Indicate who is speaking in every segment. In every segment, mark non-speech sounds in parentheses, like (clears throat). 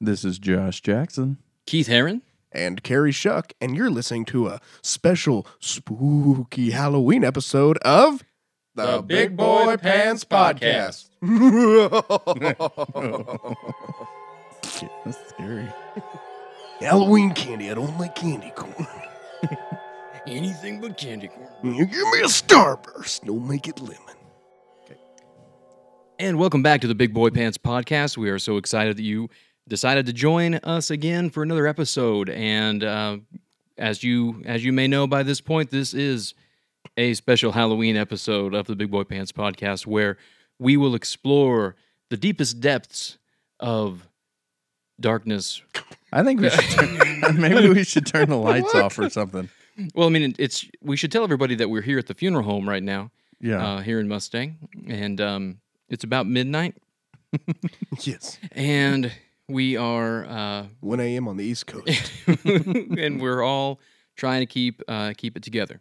Speaker 1: This is Josh Jackson.
Speaker 2: Keith Heron.
Speaker 3: and Carrie Shuck, and you're listening to a special spooky Halloween episode of
Speaker 2: The Big Boy Pants Podcast.
Speaker 3: (laughs)
Speaker 1: Shit, that's scary.
Speaker 3: Halloween candy. I don't like candy corn.
Speaker 2: Anything but candy corn.
Speaker 3: You give me a starburst. Don't make it lemon.
Speaker 2: And welcome back to the Big Boy Pants Podcast. We are so excited that you decided to join us again for another episode. And uh, as you as you may know by this point, this is a special Halloween episode of the Big Boy Pants Podcast where we will explore the deepest depths of darkness
Speaker 1: I think we should
Speaker 2: (laughs)
Speaker 1: turn, (laughs) maybe we should turn the lights off or something.
Speaker 2: Well, I mean, it- it's we should tell everybody that we're here at the funeral home right now,
Speaker 1: Yeah.
Speaker 2: uh, here in Mustang, and um, it's about midnight,
Speaker 3: Yes.
Speaker 2: and we are uh, (laughs)
Speaker 3: 1 a.m. on the East Coast.
Speaker 2: and we're all trying to keep uh, keep it together.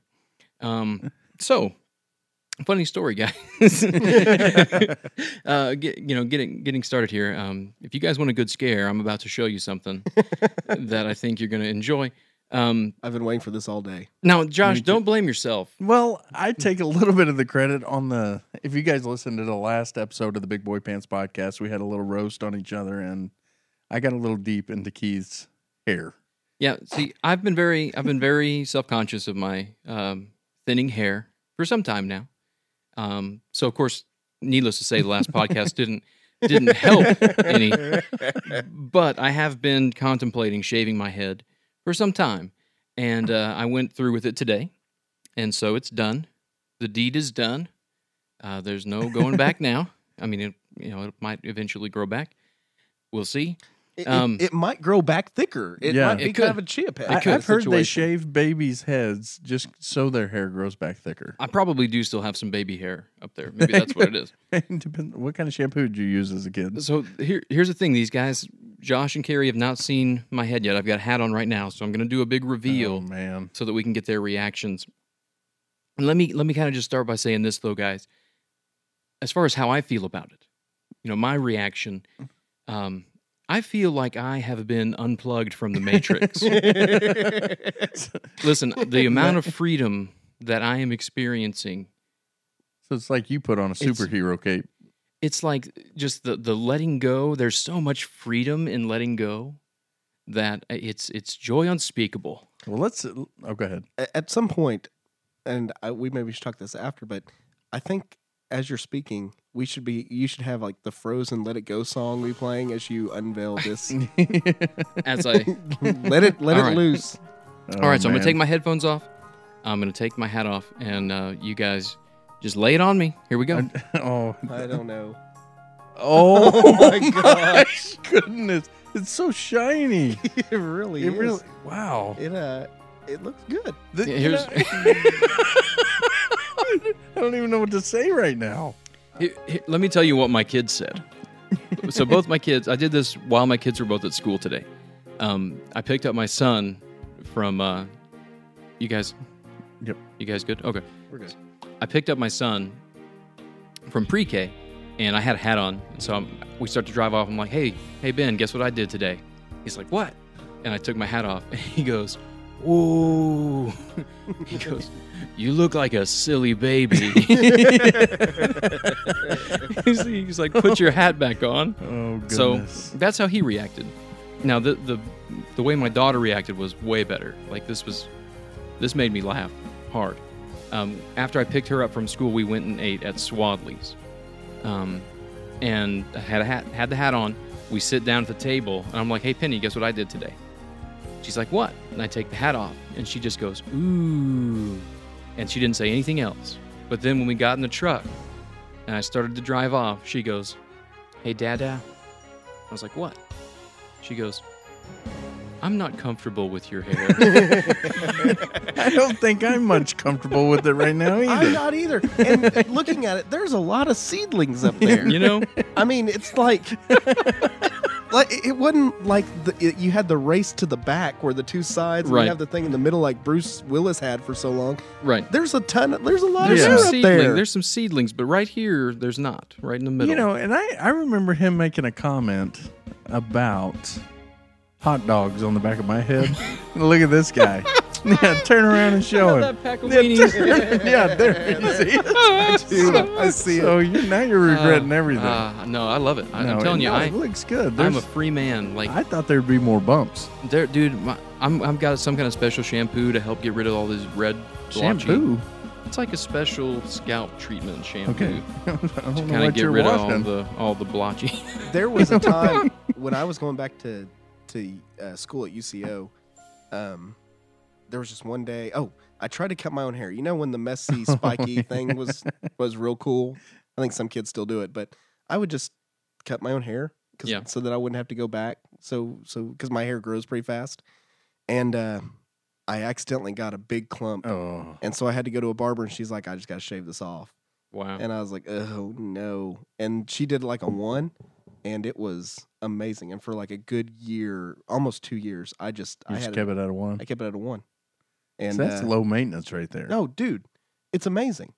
Speaker 2: Um, so, funny story, guys. (laughs) uh, get, you know, getting getting started here. Um, if you guys want a good scare, I'm about to show you something that I think you're going to enjoy. Um,
Speaker 3: I've been waiting for this all day.
Speaker 2: now, Josh, don't blame yourself.
Speaker 1: well, I take a little bit of the credit on the. If you guys listened to the last episode of the Big Boy Pants podcast, we had a little roast on each other, and I got a little deep into Keith's hair.
Speaker 2: Yeah, see, I've been very, I've been very self-conscious of my um, thinning hair for some time now. Um, so, of course, needless to say, the last podcast didn't didn't help any. But I have been contemplating shaving my head for some time, and uh, I went through with it today, and so it's done. The deed is done. Uh, there's no going back now. I mean, it, you know, it might eventually grow back. We'll see. (laughs)
Speaker 3: It,
Speaker 2: Um,
Speaker 3: it, it might grow back thicker. It
Speaker 1: Yeah.
Speaker 3: might be
Speaker 2: It could.
Speaker 3: kind of a chia pet.
Speaker 1: I,
Speaker 2: could-
Speaker 1: I've heard they
Speaker 2: situation.
Speaker 1: shave babies' heads just so their hair grows back thicker. (laughs)
Speaker 2: I probably do still have some baby hair up there. Maybe that's what it is.
Speaker 1: Depends, what kind of shampoo did you use as a kid?
Speaker 2: So here, here's the thing: these guys, Josh and Carrie, have not seen my head yet. I've got a hat on right now, so I'm going to do a big
Speaker 1: Oh,
Speaker 2: reveal (laughs)
Speaker 1: man. (laughs)
Speaker 2: so that we can get their reactions. And let me let me kind of just start by saying this though, guys. As far as how I feel about it, you know, my reaction, um, I feel like I have been unplugged from
Speaker 1: (laughs)
Speaker 2: the matrix. Listen, the amount of freedom that I am experiencing
Speaker 1: So it's like you put on a
Speaker 2: It's-
Speaker 1: superhero cape.
Speaker 2: it's like just the the letting go there's so much freedom in letting go that it's it's joy unspeakable
Speaker 1: Well, let's. Oh, go ahead.
Speaker 3: a- at some point, and I, we maybe should talk this after, but I think as you're speaking, we should be you should have like the Frozen "Let It Go" song be playing as you unveil
Speaker 2: (laughs)
Speaker 3: this.
Speaker 2: as (laughs) i
Speaker 3: (laughs) let it let
Speaker 2: All
Speaker 3: it
Speaker 2: right.
Speaker 3: loose.
Speaker 2: (laughs)
Speaker 1: Oh,
Speaker 2: all right so i'm gonna take my headphones off i'm gonna take my hat off and uh, you guys just lay it on me here we go
Speaker 1: Oh,
Speaker 3: I don't
Speaker 2: (laughs)
Speaker 3: know.
Speaker 1: (laughs) oh,
Speaker 3: my
Speaker 1: my gosh! (laughs) Goodness, it's so shiny.
Speaker 3: it really
Speaker 1: It
Speaker 3: is.
Speaker 1: really. Wow.
Speaker 3: It uh, it looks good.
Speaker 1: The-
Speaker 2: Yeah, here's-
Speaker 1: (laughs) I don't even know what to say right now.
Speaker 2: Here- here- let me tell you what my kids (laughs) said. so both my kids, I did this while my kids were both at school today. Um, I picked up my son from. Uh, you guys.
Speaker 1: Yep.
Speaker 2: You guys good? Okay.
Speaker 3: We're good.
Speaker 2: I picked up my son from pre-K, and I had a hat on. And so I'm, we start to drive off. I'm like, "Hey, hey Ben, guess what I did today?" He's like, "What?" And I took my hat off, (laughs) and he goes, "Whoa!" (laughs) he goes, "You look like a silly baby." (laughs) he's, he's like, "Put your hat back on."
Speaker 1: Oh
Speaker 2: So that's how he reacted. Now the the the way my daughter reacted was way better. Like this was this made me laugh hard. Um, after I picked her up from school, we went and ate at Swadley's, um, and I had a hat had the hat on. We sit down at the table, and I'm like, "Hey Penny, guess what I did today?" She's like, "What?" And I take the hat off, and she just goes, "Ooh," and she didn't say anything else. But then when we got in the truck, and I started to drive off, she goes, "Hey Dada." I was like, "What?" She goes, "I'm not comfortable with your hair."
Speaker 1: I don't think I'm
Speaker 2: (laughs)
Speaker 1: much comfortable with it right now
Speaker 3: I'm
Speaker 1: either.
Speaker 3: not either. And looking at it, there's a lot of seedlings up there.
Speaker 2: you know?
Speaker 3: I mean,
Speaker 2: (laughs)
Speaker 3: it's like like it- it wasn't like the, it, you had the race to the back where the two sides and
Speaker 2: Right.
Speaker 3: you have the thing in the middle like Bruce Willis had for so long.
Speaker 2: Right.
Speaker 3: There's a ton. Of, there's a lot
Speaker 2: There's
Speaker 1: Yeah.
Speaker 2: some
Speaker 3: of hair up
Speaker 2: seedling,
Speaker 3: there.
Speaker 2: There's some seedlings, but right here, there's not. Right in the middle.
Speaker 1: You know, and I I remember him making a comment about hot dogs on the back of my
Speaker 2: (laughs)
Speaker 1: head. Look at this guy. Yeah, turn around and show him. (laughs)
Speaker 2: that pack of
Speaker 1: Yeah,
Speaker 3: (laughs)
Speaker 2: weenies.
Speaker 1: turn- yeah, there (laughs) you see it.
Speaker 3: Dude, (laughs) I see it.
Speaker 1: So you, now you're regretting
Speaker 2: Uh,
Speaker 1: everything.
Speaker 2: uh, no, I love it. I, I'm
Speaker 1: No,
Speaker 2: telling you,
Speaker 1: no,
Speaker 2: I,
Speaker 1: it looks good.
Speaker 2: I'm
Speaker 1: There's,
Speaker 2: a free man. Like,
Speaker 1: I thought there'd be more bumps.
Speaker 2: there, dude, my, I'm, I've got some kind of special shampoo to help get rid of all this red blotchy.
Speaker 1: (laughs) Shampoo.
Speaker 2: It's like a special scalp treatment shampoo
Speaker 1: Okay. I don't
Speaker 2: to
Speaker 1: know
Speaker 2: kind of
Speaker 1: what
Speaker 2: get
Speaker 1: you're
Speaker 2: rid
Speaker 1: watching.
Speaker 2: of all the all the blotchy.
Speaker 3: There was a time when I was going back to to uh, school at UCO. Um, there was just one day. Oh, I tried to cut my own hair. You know when the messy,
Speaker 2: (laughs) Oh,
Speaker 3: spiky thing was was real cool. I think some kids still do it, but I would just cut my own hair 'cause-
Speaker 2: Yeah.
Speaker 3: so that I wouldn't have to go back. So so because my hair grows pretty fast, and uh, I accidentally got a big clump,
Speaker 1: oh.
Speaker 3: and so I had to go to a barber, and she's like, "I just got to shave this off."
Speaker 2: (laughs) Wow.
Speaker 3: And I was like, oh no. And she did like a one, and it was amazing. And for like a good year, almost two years, I just,
Speaker 1: You
Speaker 3: I,
Speaker 1: just
Speaker 3: had
Speaker 1: kept
Speaker 3: it,
Speaker 1: it at a one.
Speaker 3: I kept it at a one. And
Speaker 1: so that's
Speaker 3: uh,
Speaker 1: low maintenance right there.
Speaker 3: no, dude, it's amazing.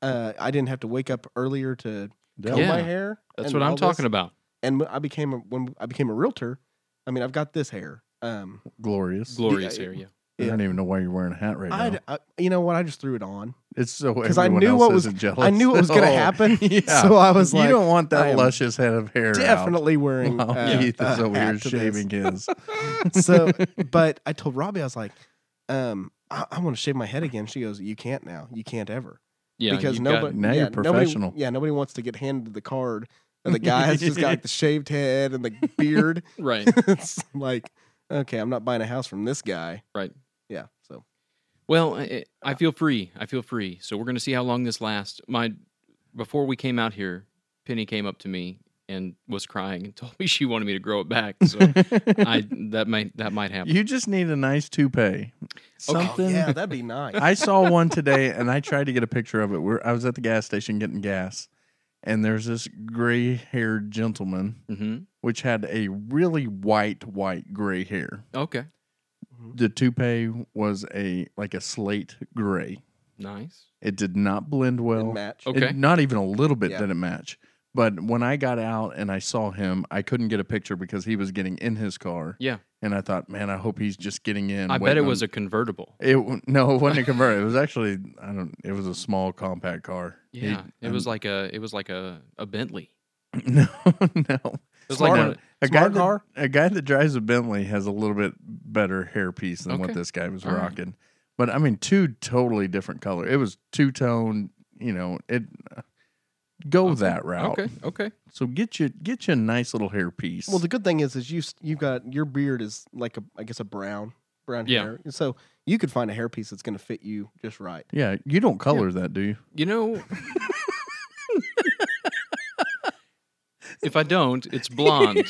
Speaker 3: Uh, I didn't have to wake up earlier to
Speaker 1: Duh.
Speaker 3: comb
Speaker 2: Yeah.
Speaker 3: my hair.
Speaker 2: That's
Speaker 3: and
Speaker 2: what I'm
Speaker 3: all this.
Speaker 2: talking about.
Speaker 3: And when I became a, when I became a realtor, I mean, I've got this hair. Um,
Speaker 1: Glorious.
Speaker 2: Glorious
Speaker 3: Yeah,
Speaker 2: hair, yeah.
Speaker 1: I don't even know why you're wearing a hat right
Speaker 3: I,
Speaker 1: now.
Speaker 3: I, you know what? I just threw it on.
Speaker 1: It's so
Speaker 3: 'Cause I
Speaker 1: everyone
Speaker 3: knew
Speaker 1: else
Speaker 3: what was-
Speaker 1: isn't jealous.
Speaker 3: I knew it was going
Speaker 1: (laughs)
Speaker 3: to
Speaker 1: Oh,
Speaker 3: happen,
Speaker 1: yeah.
Speaker 3: so I was
Speaker 1: you
Speaker 3: like,
Speaker 1: don't want
Speaker 3: I
Speaker 1: that
Speaker 3: am
Speaker 1: luscious head of hair. out
Speaker 3: definitely
Speaker 1: (laughs)
Speaker 3: wearing.
Speaker 1: while
Speaker 3: uh,
Speaker 1: Keith
Speaker 3: a
Speaker 1: is over
Speaker 3: hat
Speaker 1: here
Speaker 3: to this.
Speaker 1: shaving his.
Speaker 2: (laughs)
Speaker 3: so but i told robbie i was like um i, I want to shave my head again she goes you can't now you can't ever
Speaker 2: Yeah,
Speaker 3: because
Speaker 2: you've got-
Speaker 3: nobody
Speaker 1: now
Speaker 3: yeah,
Speaker 1: you're
Speaker 3: nobody-
Speaker 1: professional.
Speaker 3: yeah nobody wants to get handed the card and the guy has just
Speaker 2: (laughs)
Speaker 3: got like the shaved head and the beard (laughs)
Speaker 2: right.
Speaker 3: it's like okay i'm not buying a house from this guy
Speaker 2: Right.
Speaker 3: yeah so
Speaker 2: Well, I, I feel free. I feel free. So we're going to see how long this lasts. My before we came out here, Penny came up to me and was crying and (laughs) told me she wanted me to grow it back. So
Speaker 3: (laughs)
Speaker 1: (laughs)
Speaker 2: I that might that might happen.
Speaker 1: You just need a nice toupee.
Speaker 2: Oh,
Speaker 1: Something.
Speaker 3: Oh, yeah that'd
Speaker 2: (laughs)
Speaker 3: be nice
Speaker 1: I saw one today, and I tried to get a picture of it. Where I was at the gas station getting gas, and there's this gray-haired gentleman
Speaker 2: hmm
Speaker 1: which had a really white, white gray hair.
Speaker 2: Okay.
Speaker 1: The toupee was a like a slate gray.
Speaker 2: Nice.
Speaker 1: It did not blend well.
Speaker 3: Didn't match
Speaker 2: Okay.
Speaker 1: It- not even a little bit
Speaker 3: Yeah.
Speaker 1: did it match. But when I got out and I saw him, I couldn't get a picture because he was getting in his car.
Speaker 2: Yeah.
Speaker 1: And I thought, man, I hope he's just getting in.
Speaker 2: I bet it was a convertible.
Speaker 1: It w- no, it wasn't a converter. It was actually I don't. It was a small compact car. He-
Speaker 2: Yeah, it was like a it was like a, a Bentley.
Speaker 1: (laughs) no, no.
Speaker 2: It was
Speaker 3: Smart.
Speaker 2: like a,
Speaker 1: A guy
Speaker 3: Smart
Speaker 1: that,
Speaker 3: car?
Speaker 1: A guy that drives a Bentley has a little bit better hairpiece than what
Speaker 2: Okay.
Speaker 1: this guy was
Speaker 2: All right.
Speaker 1: rocking. But I mean, two totally different color. It was two tone. You know, it uh, go that route.
Speaker 2: okay, okay.
Speaker 1: So get you get you a nice little hairpiece.
Speaker 3: well the good thing is is you s- you've got your beard is like a i guess a brown brown
Speaker 2: Yeah.
Speaker 3: hair so you could find a hairpiece that's going to fit you just right
Speaker 1: yeah, you don't color that, do you? (laughs)
Speaker 2: You know, if I don't, it's blonde.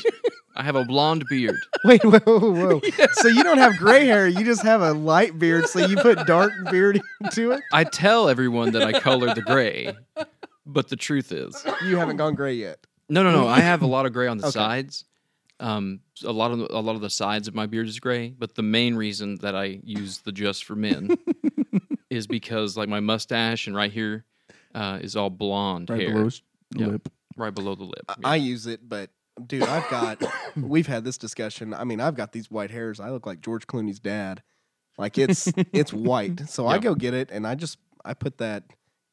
Speaker 2: I have a blonde beard.
Speaker 3: Wait, whoa, whoa, whoa. So you don't have gray hair, you just have a light beard, so you put dark beard into it?
Speaker 2: I tell everyone that I color the gray, but the truth is,
Speaker 3: You haven't gone gray yet.
Speaker 2: no, no, no. I have a lot of gray on the
Speaker 3: Okay.
Speaker 2: sides. Um, a lot of the, a lot of the sides of my beard is gray, but the main reason that I use the just for men is because like my mustache and right here uh, is all blonde
Speaker 1: Right
Speaker 2: hair,
Speaker 1: below his
Speaker 2: Yeah.
Speaker 1: lip.
Speaker 2: right below the lip.
Speaker 3: I,
Speaker 2: Yeah.
Speaker 3: I use it, but dude, I've got we've had this discussion. I mean, I've got these white hairs. I look like George Clooney's dad. Like it's (laughs) it's white. So I
Speaker 2: Yeah.
Speaker 3: go get it and I just I put that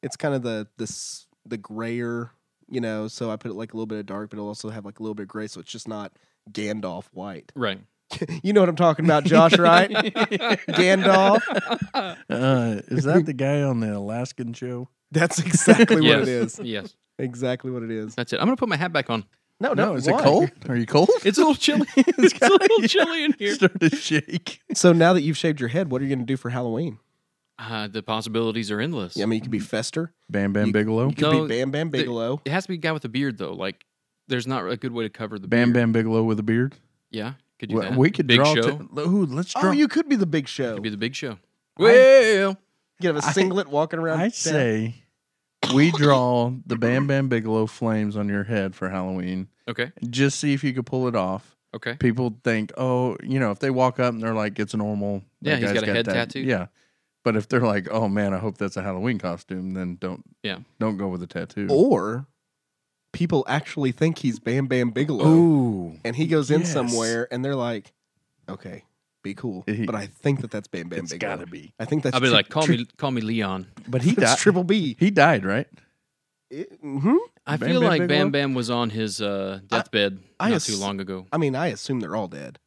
Speaker 3: it's kind of the this the grayer, you know, so I put like a little bit of dark, but it'll also have like a little bit of gray, so it's just not Gandalf white.
Speaker 2: right.
Speaker 3: You know what I'm talking about, (laughs) Josh, right? Gandalf.
Speaker 1: Uh, is that (laughs) the guy on the Alaskan show?
Speaker 3: That's exactly what
Speaker 2: yes.
Speaker 3: it is.
Speaker 2: Yes.
Speaker 3: Exactly what it is.
Speaker 2: That's it. I'm gonna put my hat back on.
Speaker 3: No,
Speaker 1: Oh, no, is it (laughs) cold? Are you
Speaker 2: (laughs)
Speaker 1: cold?
Speaker 2: It's a little chilly. it's a little chilly in here.
Speaker 1: Start to shake.
Speaker 3: So now that you've shaved your head, what are you going to do for Halloween?
Speaker 2: Uh, the possibilities are endless.
Speaker 3: I mean, you could be Fester.
Speaker 1: Bam Bam
Speaker 3: You-
Speaker 1: Bigelow.
Speaker 3: You could
Speaker 2: No,
Speaker 3: be Bam Bam
Speaker 2: the-
Speaker 3: Bigelow.
Speaker 2: It has to be a guy with a beard though. Like, there's not a good way to cover the
Speaker 1: Bam
Speaker 2: beard.
Speaker 1: Bam Bigelow with a beard.
Speaker 2: Yeah, could do
Speaker 1: We,
Speaker 2: that.
Speaker 1: we could
Speaker 2: big
Speaker 1: draw.
Speaker 2: show.
Speaker 1: To, ooh, let's draw.
Speaker 3: oh, you could be the Big Show.
Speaker 2: could be the big show.
Speaker 1: I-
Speaker 2: Well,
Speaker 3: You could have
Speaker 1: I-
Speaker 3: a singlet walking around.
Speaker 1: I
Speaker 3: town.
Speaker 1: say we draw the Bam Bam Bigelow flames on your head for Halloween.
Speaker 2: okay,
Speaker 1: Just see if you could pull it off.
Speaker 2: okay.
Speaker 1: People think, oh, you know, if they walk up and they're like, it's a normal. that
Speaker 2: Yeah, he's
Speaker 1: guy's
Speaker 2: got a head tattoo.
Speaker 1: Yeah, but if they're like, oh man, I hope that's a Halloween costume, then don't.
Speaker 2: Yeah.
Speaker 1: don't go with a tattoo.
Speaker 3: or people actually think he's Bam Bam Bigelow,
Speaker 1: Ooh.
Speaker 3: and he goes in
Speaker 1: yes.
Speaker 3: somewhere, and they're like, "Okay, be cool,"
Speaker 1: He-
Speaker 3: but I think that that's Bam Bam
Speaker 1: it's
Speaker 3: Bigelow.
Speaker 1: got to be.
Speaker 3: I think that's.
Speaker 2: I'll be
Speaker 3: tri-
Speaker 2: like, call
Speaker 3: tri-
Speaker 2: me, call me Leon.
Speaker 1: But he
Speaker 3: That's
Speaker 1: died.
Speaker 3: (laughs)
Speaker 1: (laughs)
Speaker 3: Triple B.
Speaker 1: He died, right?
Speaker 3: hmm
Speaker 2: I
Speaker 1: Bam
Speaker 2: feel
Speaker 1: Bam
Speaker 2: like
Speaker 1: Bigelow?
Speaker 2: Bam Bam was on his uh, deathbed
Speaker 3: I
Speaker 2: not
Speaker 3: ass-
Speaker 2: too long ago.
Speaker 3: I mean, I assume they're all dead.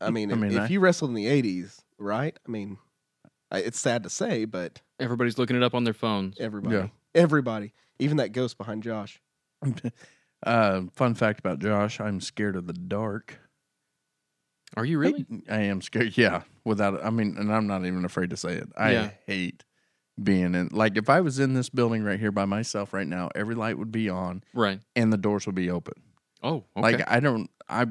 Speaker 3: I
Speaker 1: (laughs)
Speaker 3: mean,
Speaker 1: I
Speaker 3: if-
Speaker 1: mean,
Speaker 3: if
Speaker 1: I-
Speaker 3: you wrestled in the '80s, right? I mean, I, it's sad to say, but
Speaker 2: Everybody's looking it up on their phones.
Speaker 3: everybody,
Speaker 1: Yeah.
Speaker 3: everybody, even that ghost behind Josh.
Speaker 1: Uh, fun fact about Josh: I'm scared of the dark.
Speaker 2: Are you really?
Speaker 1: I am scared. Yeah, without I mean, and I'm not even afraid to say it. I
Speaker 2: Yeah.
Speaker 1: hate being in. Like, if I was in this building right here by myself right now, every light would be on
Speaker 2: Right.
Speaker 1: and the doors would be open.
Speaker 2: Oh, okay.
Speaker 1: Like, I don't. I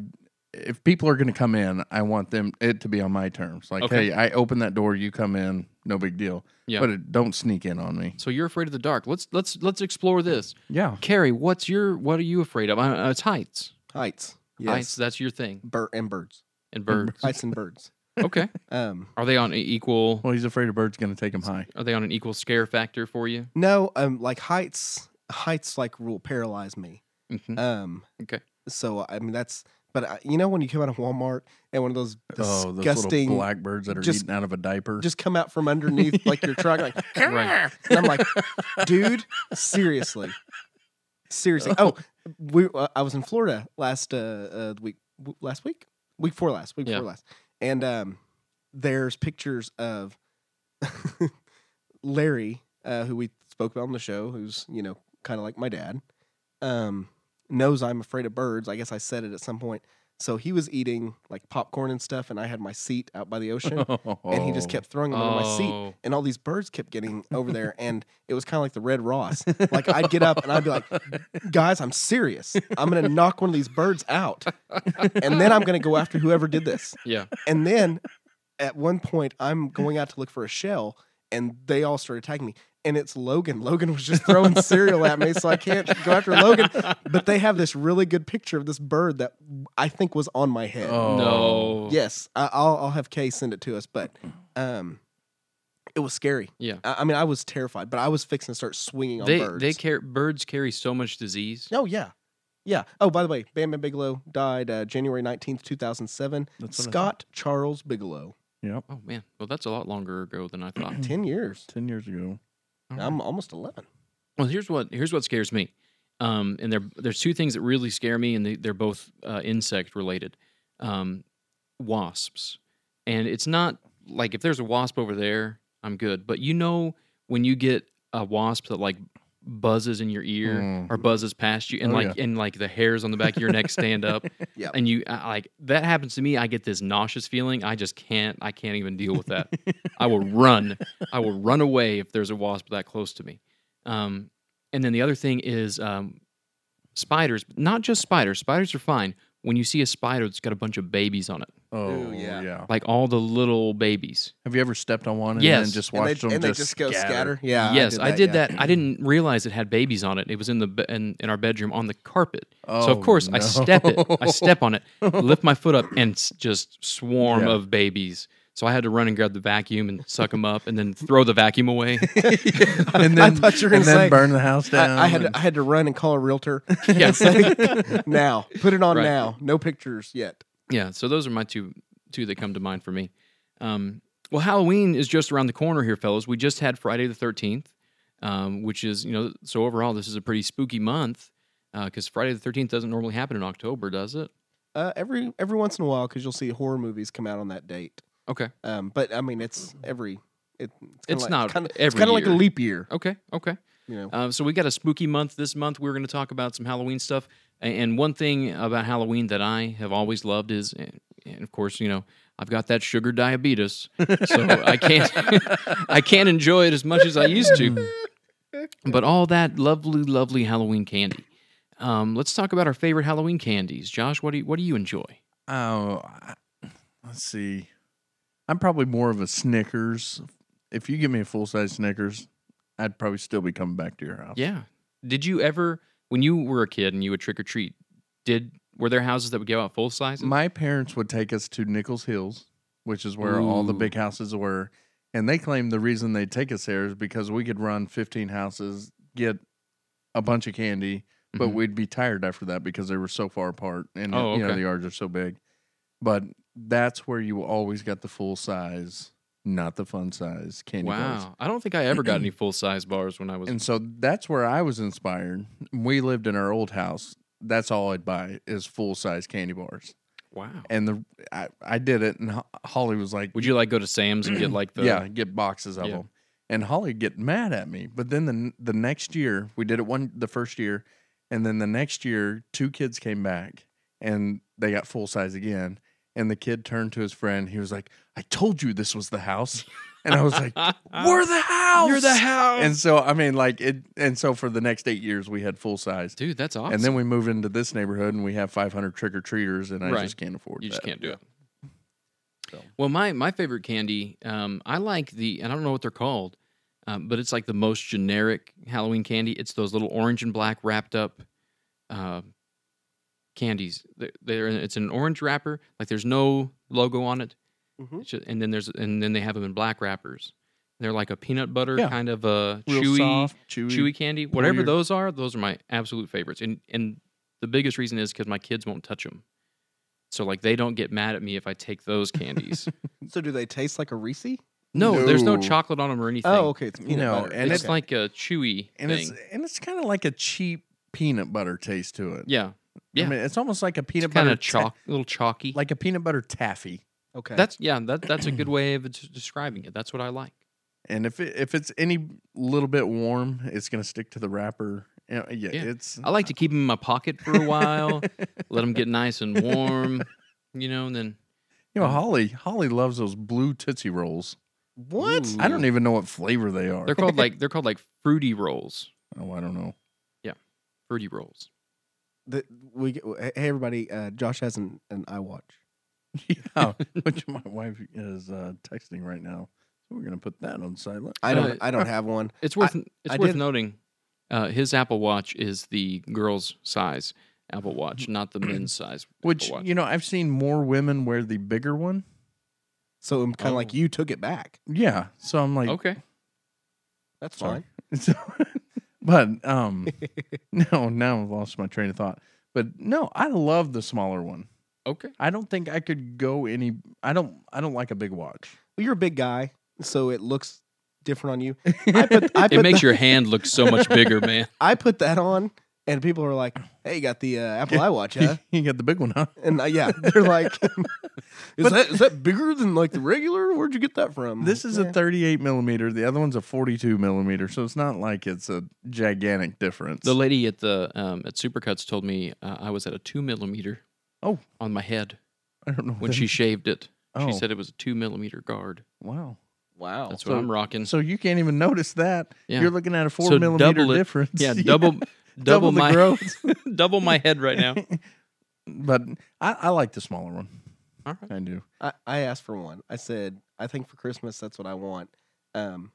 Speaker 1: if people are going to come in, I want them it to be on my terms. Like,
Speaker 2: Okay.
Speaker 1: hey, I open that door, you come in, no big deal.
Speaker 2: Yeah.
Speaker 1: But it, don't sneak in on me.
Speaker 2: so you're afraid of the dark. Let's let's let's explore this.
Speaker 1: Yeah.
Speaker 2: Carrie, what's your what are you afraid of? Uh, it's heights.
Speaker 3: Heights, yes,
Speaker 2: Heights. That's your thing.
Speaker 3: Bir- and birds,
Speaker 2: And birds.
Speaker 3: heights and
Speaker 1: (laughs)
Speaker 3: birds.
Speaker 2: (laughs) okay.
Speaker 3: Um,
Speaker 2: Are they on an equal?
Speaker 1: Well, he's afraid a bird's going to take him high.
Speaker 2: Are they on an equal scare factor for you?
Speaker 3: no, um, like heights, heights like will paralyze me.
Speaker 1: Uh,
Speaker 2: Mhm.
Speaker 3: Um,
Speaker 2: Okay.
Speaker 3: So I mean, that's but I, you know when you come out of Walmart and one of those
Speaker 1: Oh, those little
Speaker 3: disgusting
Speaker 1: blackbirds that are
Speaker 3: just-
Speaker 1: eating out of a diaper.
Speaker 3: just come out
Speaker 1: (laughs)
Speaker 3: from underneath like your truck, like
Speaker 2: Right.
Speaker 3: and I'm like, dude, seriously, seriously. Oh, we uh, I was in Florida last uh, uh the week w- last week week four last week
Speaker 2: Yeah.
Speaker 3: before last, and um, there's pictures of (laughs) Larry, uh, who we spoke about on the show, who's you know kind of like my dad, um, knows I'm afraid of birds. I guess I said it at some point. So he was eating like popcorn and stuff, and I had my seat out by the ocean, (laughs) and he just kept throwing them under my seat
Speaker 2: Oh.
Speaker 3: and all these birds kept getting over there and it was kind of like the red ross like i'd get up and i'd be like guys i'm serious i'm gonna knock one of these birds out and then i'm gonna go after whoever did this
Speaker 2: Yeah.
Speaker 3: and then at one point i'm going out to look for a shell and they all started attacking me and it's logan logan was just throwing cereal at me so i can't go after logan but they have this really good picture of this bird that i think was on my head
Speaker 1: (laughs) Oh.
Speaker 2: No.
Speaker 3: Yes, I, I'll I'll have Kay send it to
Speaker 2: (clears throat)
Speaker 3: us, but um, it was scary.
Speaker 2: Yeah.
Speaker 3: I, I mean, I was terrified, but I was fixing to start swinging on
Speaker 2: They
Speaker 3: birds.
Speaker 2: they carry birds carry so much disease.
Speaker 3: oh yeah, yeah. Oh, by the way, Bam Bam Bigelow died uh, January nineteenth, two thousand seven.
Speaker 1: That's what I
Speaker 3: Scott Charles Bigelow,
Speaker 1: Yep.
Speaker 2: Oh man. Well, that's a lot longer ago than I thought. (clears throat)
Speaker 3: ten years.
Speaker 1: 10 years ago.
Speaker 2: Hmm. All
Speaker 3: I'm almost eleven.
Speaker 2: Well, here's what here's what scares me, um, and there there's two things that really scare me, and they, they're both uh, insect related, um, wasps, and it's not like if there's a wasp over there, I'm good. But you know when you get a wasp that like buzzes in your ear
Speaker 3: Hmm.
Speaker 1: Mm.
Speaker 2: or buzzes past you, and
Speaker 1: Oh,
Speaker 2: like and like the hairs on the back of your neck stand up,
Speaker 3: Yep.
Speaker 2: and you I, like that happens to me, I get this nauseous feeling. I just can't I can't even deal with that. I will run. I will run away if there's a wasp that close to me. Um, and then the other thing is um, spiders, but not just spiders. Spiders are fine. When you see a spider that's got a bunch of babies on it,
Speaker 1: Oh,
Speaker 3: Ooh, yeah.
Speaker 1: yeah.
Speaker 2: like all the little babies.
Speaker 1: Have you ever stepped on one and
Speaker 2: Yes.
Speaker 1: then just
Speaker 3: And, they,
Speaker 1: watched them
Speaker 3: and they
Speaker 1: just,
Speaker 3: just go scatter. Yeah.
Speaker 2: yes, I did,
Speaker 3: yeah.
Speaker 2: that, I didn't realize it had babies on it. It was in the be- in, in our bedroom on the carpet. so
Speaker 1: Oh,
Speaker 2: of course I
Speaker 1: no.
Speaker 2: step it. I step on it, lift my foot up, and s- just swarm
Speaker 1: Yeah.
Speaker 2: of babies. So I had to run and grab the vacuum and suck them up, and then throw the vacuum away. (laughs)
Speaker 1: (laughs)
Speaker 3: (laughs)
Speaker 1: And
Speaker 3: I
Speaker 1: then,
Speaker 3: thought you were
Speaker 1: and then
Speaker 3: gonna say
Speaker 1: burn the house down.
Speaker 3: I, I had
Speaker 1: and-
Speaker 3: to, I had to run and call a
Speaker 2: (laughs)
Speaker 3: realtor (laughs)
Speaker 2: yeah.
Speaker 3: now. Put it on
Speaker 2: Right.
Speaker 3: now. No pictures yet.
Speaker 2: Yeah, so those are my two two that come to mind for me. Um, well, Halloween is just around the corner here, fellas. We just had Friday the Thirteenth, um, which is you know so overall this is a pretty spooky month because Friday the Thirteenth doesn't normally happen in October, does it?
Speaker 3: Uh, every every once in a while, because you'll see horror movies come out on that date.
Speaker 2: Okay,
Speaker 3: Um, but I mean, it's every. It, it's kinda
Speaker 2: It's
Speaker 3: like,
Speaker 2: not
Speaker 3: kinda, It's
Speaker 2: every
Speaker 3: kind of like a
Speaker 2: year.
Speaker 3: leap year,
Speaker 2: okay, okay.
Speaker 3: you know.
Speaker 2: Um, so we got a spooky month this month. We're going to talk about some Halloween stuff. A- And one thing about Halloween that I have always loved is, eh, and of course, you know, I've got that sugar diabetes, so I can't, (laughs) I can't enjoy it as much as I used to. But all that lovely, lovely Halloween candy. Um, let's talk about our favorite Halloween candies. Josh, what do you, what do you enjoy?
Speaker 1: Oh, I- let's see. I'm probably more of a Snickers. If you give me a full size Snickers, I'd probably still be coming back to your house.
Speaker 2: Yeah. Did you ever, when you were a kid and you would trick or treat, did were there houses that would give out full sizes?
Speaker 1: My parents would take us to Nichols Hills, which is where all the
Speaker 2: Ooh.
Speaker 1: big houses were. And they claimed the reason they'd take us there is because we could run 15 houses, get a bunch of candy, but
Speaker 2: Mhm.
Speaker 1: we'd be tired after that because they were so far apart and
Speaker 2: Oh,
Speaker 1: you know
Speaker 2: okay.
Speaker 1: the yards are so big. But that's where you always got the full size, not the fun size candy bars.
Speaker 2: Wow. I don't think I ever got any full size bars when I was.
Speaker 1: And so that's where I was inspired. We lived in our old house. That's all I'd buy is full size candy bars.
Speaker 2: wow.
Speaker 1: And the I, I did it, and Ho- Holly was like,
Speaker 2: Would you like go to Sam's and get like the?
Speaker 1: (clears throat) yeah, get boxes of
Speaker 2: Yeah.
Speaker 1: them. And Holly would get mad at me. But then the the next year, we did it one the first year, and then the next year, two kids came back and they got full size again. And the kid turned to his friend. He was like, "I told you this was the house," and I was
Speaker 2: (laughs)
Speaker 1: like, "We're the house.
Speaker 2: Uh, You're the house.
Speaker 1: And so I mean, like it. And so for the next eight years, we had full size.
Speaker 2: Dude, that's awesome.
Speaker 1: And then we moved into this neighborhood, and we have 500 trick or treaters, and I
Speaker 2: Right.
Speaker 1: just can't afford.
Speaker 2: you just
Speaker 1: that.
Speaker 2: can't do it.
Speaker 1: So.
Speaker 2: Well, my my favorite candy, um, I like the, and I don't know what they're called, um, but it's like the most generic Halloween candy. It's those little orange and black wrapped up uh, candies. They're, they're in, it's an orange wrapper, like there's no logo on it,
Speaker 1: Mm-hmm.
Speaker 3: Mhm.
Speaker 2: It's ju- and then there's and then they have them in black wrappers. They're like a peanut butter
Speaker 1: Yeah.
Speaker 2: kind of a
Speaker 1: Real
Speaker 2: chewy,
Speaker 1: soft, chewy,
Speaker 2: chewy candy. Whatever
Speaker 1: your-
Speaker 2: those are, those are my absolute favorites. And and the biggest reason is because my kids won't touch them. So like they don't get mad at me if I take those
Speaker 1: (laughs)
Speaker 2: candies.
Speaker 3: Uh, So do they taste like a Reese?
Speaker 2: no, there's no
Speaker 1: No.
Speaker 2: chocolate on them or anything.
Speaker 3: Oh, okay. It's
Speaker 1: You
Speaker 3: peanut
Speaker 1: know,
Speaker 3: butter.
Speaker 1: and
Speaker 2: it's
Speaker 3: Okay.
Speaker 2: like a chewy
Speaker 1: and
Speaker 2: thing.
Speaker 1: it's and it's kind of like a cheap peanut butter taste to it.
Speaker 2: yeah,
Speaker 1: I
Speaker 2: yeah.
Speaker 1: mean, it's almost like a peanut
Speaker 2: it's kind
Speaker 1: butter
Speaker 2: of chalk, a little chalky.
Speaker 1: ta- like a peanut butter taffy.
Speaker 3: okay.
Speaker 2: that's yeah, that that's a good way of d- describing it. That's what I like.
Speaker 1: And if it, if it's any little bit warm, it's gonna stick to the wrapper. Yeah, yeah,
Speaker 2: Yeah. Oh,
Speaker 1: it's
Speaker 2: I like to keep them in my pocket for a while, let them get nice and warm, you know, and then
Speaker 1: you
Speaker 2: um
Speaker 1: know Holly. Holly loves those blue tootsie rolls.
Speaker 3: what?
Speaker 2: Ooh.
Speaker 1: I don't even know what flavor they are. (laughs)
Speaker 2: they're called like they're called like fruity rolls,
Speaker 1: oh, I don't know. (laughs)
Speaker 2: fruity rolls.
Speaker 3: The, we get, hey everybody, uh, Josh has an, an iWatch.
Speaker 1: Yeah, which my wife is uh, texting right now. So we're gonna put that on silent.
Speaker 3: I don't.
Speaker 2: Uh,
Speaker 3: I (laughs) don't have one.
Speaker 2: It's worth it's
Speaker 3: I
Speaker 2: worth
Speaker 3: did-
Speaker 2: noting. Uh, his Apple Watch is the girl's size Apple Watch, not the men's size. (clears throat) Apple
Speaker 1: Which
Speaker 2: Watch.
Speaker 1: you know, I've seen more women wear the bigger one.
Speaker 3: So I'm kind of
Speaker 2: Oh.
Speaker 3: like you took it back.
Speaker 1: Yeah, so I'm like,
Speaker 2: okay,
Speaker 3: That's
Speaker 1: Sorry. (laughs) So, but um, (laughs) no, now I've lost my train of thought. But no, I love the smaller one.
Speaker 2: okay,
Speaker 1: I don't think I could go any. I don't. I don't like a big
Speaker 2: (laughs)
Speaker 1: watch.
Speaker 3: Well, you're a big guy, so it looks different on you. (laughs) I put,
Speaker 1: (laughs)
Speaker 3: I
Speaker 2: it
Speaker 3: put,
Speaker 2: makes
Speaker 3: that,
Speaker 2: your hand look so (laughs) much bigger, man.
Speaker 3: I put that on, and people are like, "Hey, you got the uh, Apple iWatch, (laughs) huh?"
Speaker 1: you got the big one, huh?
Speaker 3: And uh, (laughs) yeah, they're like, "Is
Speaker 1: But-
Speaker 3: that is that bigger than like the regular? Where'd you get that from?"
Speaker 1: This is
Speaker 3: Yeah.
Speaker 1: a 38 millimeter. The other one's a 42 millimeter. So it's not like it's a gigantic difference.
Speaker 2: The lady at the um, at Supercuts told me uh, I was at a two millimeter.
Speaker 1: Oh.
Speaker 2: on my head
Speaker 1: I don't know
Speaker 2: when
Speaker 1: that- (laughs)
Speaker 2: she shaved it.
Speaker 1: Oh,
Speaker 2: She said it was a two millimeter guard.
Speaker 1: "Wow."
Speaker 3: wow.
Speaker 2: That's
Speaker 1: So-
Speaker 2: what I'm rocking.
Speaker 1: So (laughs) you can't even notice that.
Speaker 2: Yeah.
Speaker 1: You're looking at a four
Speaker 2: So
Speaker 1: millimeter
Speaker 2: double it.
Speaker 1: difference. (laughs)
Speaker 2: yeah, double double,
Speaker 1: Double the
Speaker 2: my
Speaker 1: growth.
Speaker 2: (laughs) double my head
Speaker 1: (laughs)
Speaker 2: right now.
Speaker 1: but I, I like the smaller one.
Speaker 2: All right.
Speaker 1: I do.
Speaker 3: I, I asked for one. I said, I think for Christmas that's what I want. Um,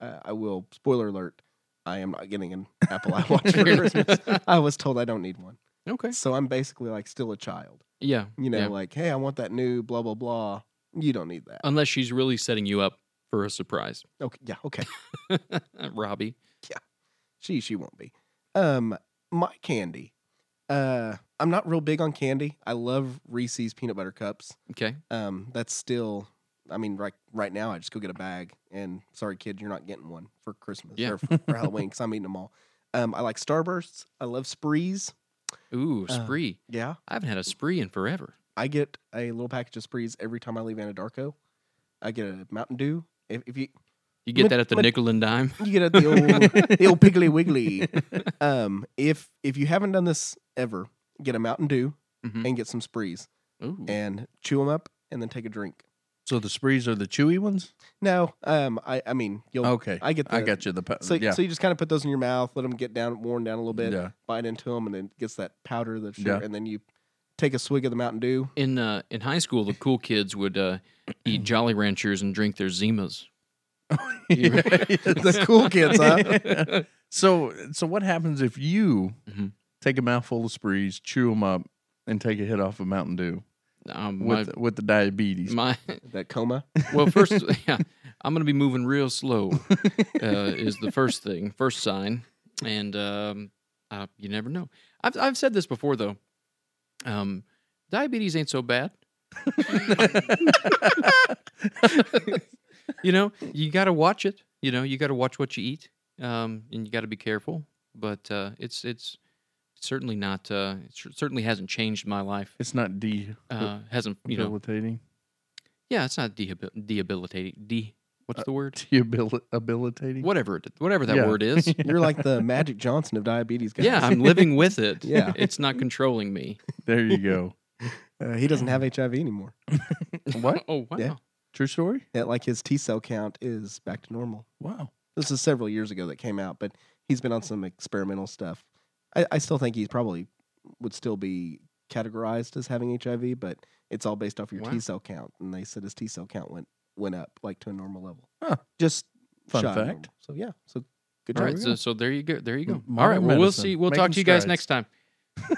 Speaker 3: uh, I will. Spoiler alert: I am not getting an (laughs) Apple iWatch for (laughs) Christmas. I was told I don't need one,
Speaker 2: Okay.
Speaker 3: so I'm basically like still a child.
Speaker 2: Yeah.
Speaker 3: You know,
Speaker 2: yeah.
Speaker 3: like, hey, I want that new blah blah blah. You don't need that.
Speaker 2: Unless she's really setting you up for a surprise, uh,
Speaker 3: okay, yeah, okay.
Speaker 2: Robbie.
Speaker 3: She she won't be. Um, my candy. Uh, I'm not real big on candy. I love Reese's peanut butter cups.
Speaker 2: Okay.
Speaker 3: um, that's still I mean, right right now I just go get a bag and sorry kid, you're not getting one for Christmas
Speaker 2: Yeah.
Speaker 3: or for, for Halloween because I'm eating them all. Um, I like Starbursts. I love Sprees.
Speaker 2: Ooh,
Speaker 3: Uh,
Speaker 2: spree.
Speaker 3: Yeah,
Speaker 2: I haven't had a spree in forever.
Speaker 3: I get a little package of Sprees every time I leave Anadarko. I get a Mountain Dew. If, if you
Speaker 2: You get
Speaker 3: But-
Speaker 2: that at the
Speaker 3: but-
Speaker 2: nickel and dime.
Speaker 3: you get at
Speaker 1: (laughs)
Speaker 3: the old the old Piggly Wiggly. Um, if if you haven't done this ever, get a Mountain Dew
Speaker 1: Mm-hmm.
Speaker 2: Mhm.
Speaker 3: and get some Sprees
Speaker 2: Ooh.
Speaker 3: and chew them up and then take a drink.
Speaker 1: So the sprees are the chewy ones.
Speaker 3: No, um, I I mean you'll
Speaker 1: Okay,
Speaker 3: I get the,
Speaker 1: I got you. The pe-
Speaker 3: So,
Speaker 1: Oh, yeah,
Speaker 3: so you just kind of put those in your mouth, let them get down, worn down a little bit,
Speaker 1: yeah.
Speaker 3: bite into them, and then it gets that powder that's
Speaker 1: Yeah.
Speaker 3: sugar, and then you take a swig of the
Speaker 1: (laughs)
Speaker 3: Mountain Dew.
Speaker 2: in uh, in high school, the cool kids would uh, eat Jolly Ranchers and drink their Zimas.
Speaker 3: (laughs)
Speaker 1: (laughs)
Speaker 3: the cool kids, huh? (laughs)
Speaker 1: so so what happens if you
Speaker 3: Mm-hmm.
Speaker 2: Mhm.
Speaker 1: take a mouthful of sprees, chew them up, and take a hit off of Mountain Dew
Speaker 2: Um, my,
Speaker 1: with with the diabetes?
Speaker 2: my (laughs)
Speaker 3: That coma.
Speaker 2: well, first, yeah, I'm gonna be moving real slow. Uh, is the first thing, first sign, and um, Uh, you never know. I've I've said this before though. Um, diabetes ain't so bad. you know, you got to watch it. You know, you got to watch what you eat, um, and you got to be careful. But uh, it's it's certainly not. Uh, it cer- certainly hasn't changed my life.
Speaker 1: (laughs) It's not
Speaker 2: Uh, hasn't you know?
Speaker 3: (laughs)
Speaker 1: debilitating.
Speaker 2: Yeah, it's not dehabil- debilitating. De what's the word?
Speaker 1: Debilitating.
Speaker 2: Whatever it, whatever that
Speaker 1: uh, (laughs) Yeah.
Speaker 2: word is.
Speaker 3: You're
Speaker 1: (laughs)
Speaker 3: like the Magic Johnson of diabetes, guys.
Speaker 2: yeah, I'm living with it.
Speaker 3: Yeah.
Speaker 2: (laughs) it's not controlling me.
Speaker 1: There you go.
Speaker 3: Uh, he doesn't have HIV anymore.
Speaker 1: (laughs) What?
Speaker 2: oh wow.
Speaker 3: Yeah.
Speaker 1: True story?
Speaker 3: Yeah, like his T cell count is back to normal.
Speaker 1: Wow. (laughs)
Speaker 3: This is several years ago that came out, but he's been on some experimental stuff. I, I still think he's probably would still be categorized as having HIV, but it's all based off your
Speaker 2: Wow.
Speaker 3: T cell count, and they said his T cell count went went up like to a normal level.
Speaker 1: Huh.
Speaker 3: Just
Speaker 1: Fun
Speaker 3: shy of
Speaker 1: fact.
Speaker 3: normal. So yeah, so good
Speaker 2: All
Speaker 3: job.
Speaker 2: right, so, so there you go. There you go.
Speaker 1: M-
Speaker 2: All right,
Speaker 1: modern
Speaker 2: well, we'll
Speaker 1: medicine.
Speaker 2: see. We'll talk
Speaker 1: Making
Speaker 2: to you guys
Speaker 1: strides. (laughs)
Speaker 2: next time.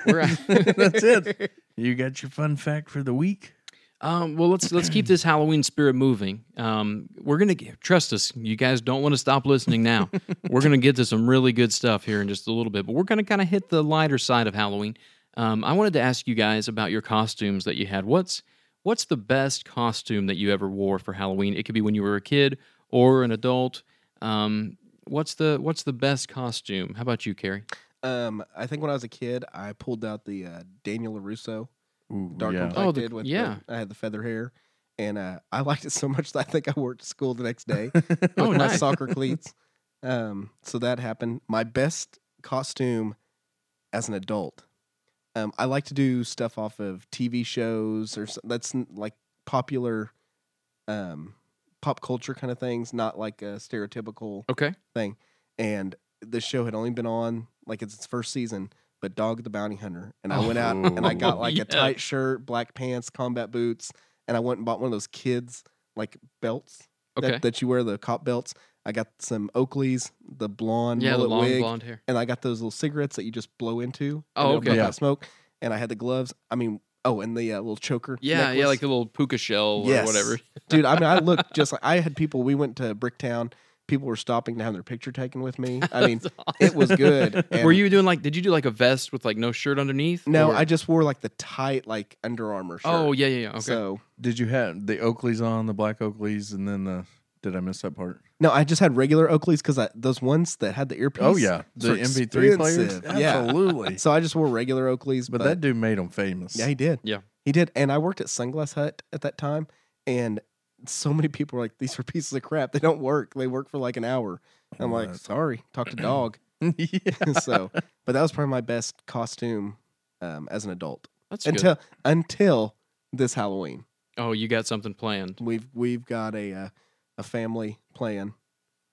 Speaker 2: We're
Speaker 1: That's
Speaker 3: (laughs)
Speaker 1: it. You got your fun fact for the week?
Speaker 2: um, well, let's let's keep this Halloween spirit moving. Um, we're gonna get, trust us. You guys don't want to stop listening now. we're gonna get to some really good stuff here in just a little bit, but we're gonna kind of hit the lighter side of Halloween. Um, I wanted to ask you guys about your costumes that you had. What's what's the best costume that you ever wore for Halloween? It could be when you were a kid or an adult. Um, what's the what's the best costume? How about you, Carrie?
Speaker 3: Um, I think when I was a kid, I pulled out the uh, Daniel Larusso
Speaker 1: Ooh,
Speaker 3: dark
Speaker 1: yeah.
Speaker 2: Oh, the-
Speaker 3: complected with
Speaker 2: yeah.
Speaker 3: the, I had the feather hair, and uh, I liked it so much that I think I wore it to school the next day
Speaker 1: (laughs)
Speaker 2: Oh,
Speaker 3: with my
Speaker 2: nice. (laughs)
Speaker 3: soccer cleats. Um, so that happened. My best costume as an adult. Um, I like to do stuff off of TV shows or s- that's n- like popular, um, pop culture kind of things, not like a stereotypical
Speaker 2: Okay.
Speaker 3: and the show had only been on like it's its first season, but Dog the Bounty Hunter. And I went out and I
Speaker 2: (laughs)
Speaker 3: got
Speaker 2: Oh,
Speaker 3: like
Speaker 2: yeah.
Speaker 3: a tight shirt, black pants, combat boots, and I went and bought one of those kids like belts
Speaker 2: Okay.
Speaker 3: that, that you wear, the cop belts. I got some Oakleys, the blonde
Speaker 2: yeah, the
Speaker 3: mullet
Speaker 2: long
Speaker 3: wig,
Speaker 2: blonde hair.
Speaker 3: and I got those little cigarettes that you just blow into.
Speaker 2: Oh,
Speaker 3: and it'll
Speaker 2: okay.
Speaker 3: puff
Speaker 1: Yeah.
Speaker 3: out smoke. And I had the gloves. I mean, oh, and the uh, little choker.
Speaker 2: Yeah, yeah,
Speaker 3: necklace
Speaker 2: like a little puka shell or
Speaker 3: Yes.
Speaker 2: whatever. (laughs)
Speaker 3: dude. I mean, I looked just like I had people. We went to Bricktown. People were stopping to have their picture taken with me. I mean, it was good.
Speaker 2: (laughs)
Speaker 3: And
Speaker 2: Were you doing like? Did you do like a vest with like no shirt underneath?
Speaker 3: No,
Speaker 2: or-
Speaker 3: I just wore like the tight like Under Armour shirt.
Speaker 2: Oh yeah, yeah, yeah. Okay.
Speaker 3: So
Speaker 1: Did you have the Oakleys on, the black Oakleys, and then the. Did I miss that part?
Speaker 3: no, I just had regular Oakleys because those ones that had the earpiece.
Speaker 1: Oh, yeah.
Speaker 3: are
Speaker 1: The MP3 players?
Speaker 3: expensive. Yeah. (laughs)
Speaker 1: Absolutely.
Speaker 3: So I just wore regular Oakleys,
Speaker 1: but that dude made them famous.
Speaker 3: yeah, he did.
Speaker 2: Yeah.
Speaker 3: he did. And I worked at Sunglass Hut at that time, and so many people were like, "These are pieces of crap. They don't work. They work for like an hour." And I'm like,
Speaker 1: Right.
Speaker 3: "Sorry, talk to dog."
Speaker 1: (laughs) yeah.
Speaker 3: so, but that was probably my best costume um, as an adult
Speaker 2: That's good.
Speaker 3: until until this Halloween.
Speaker 2: Oh, you got something planned.
Speaker 3: We've we've got a uh, a family plan,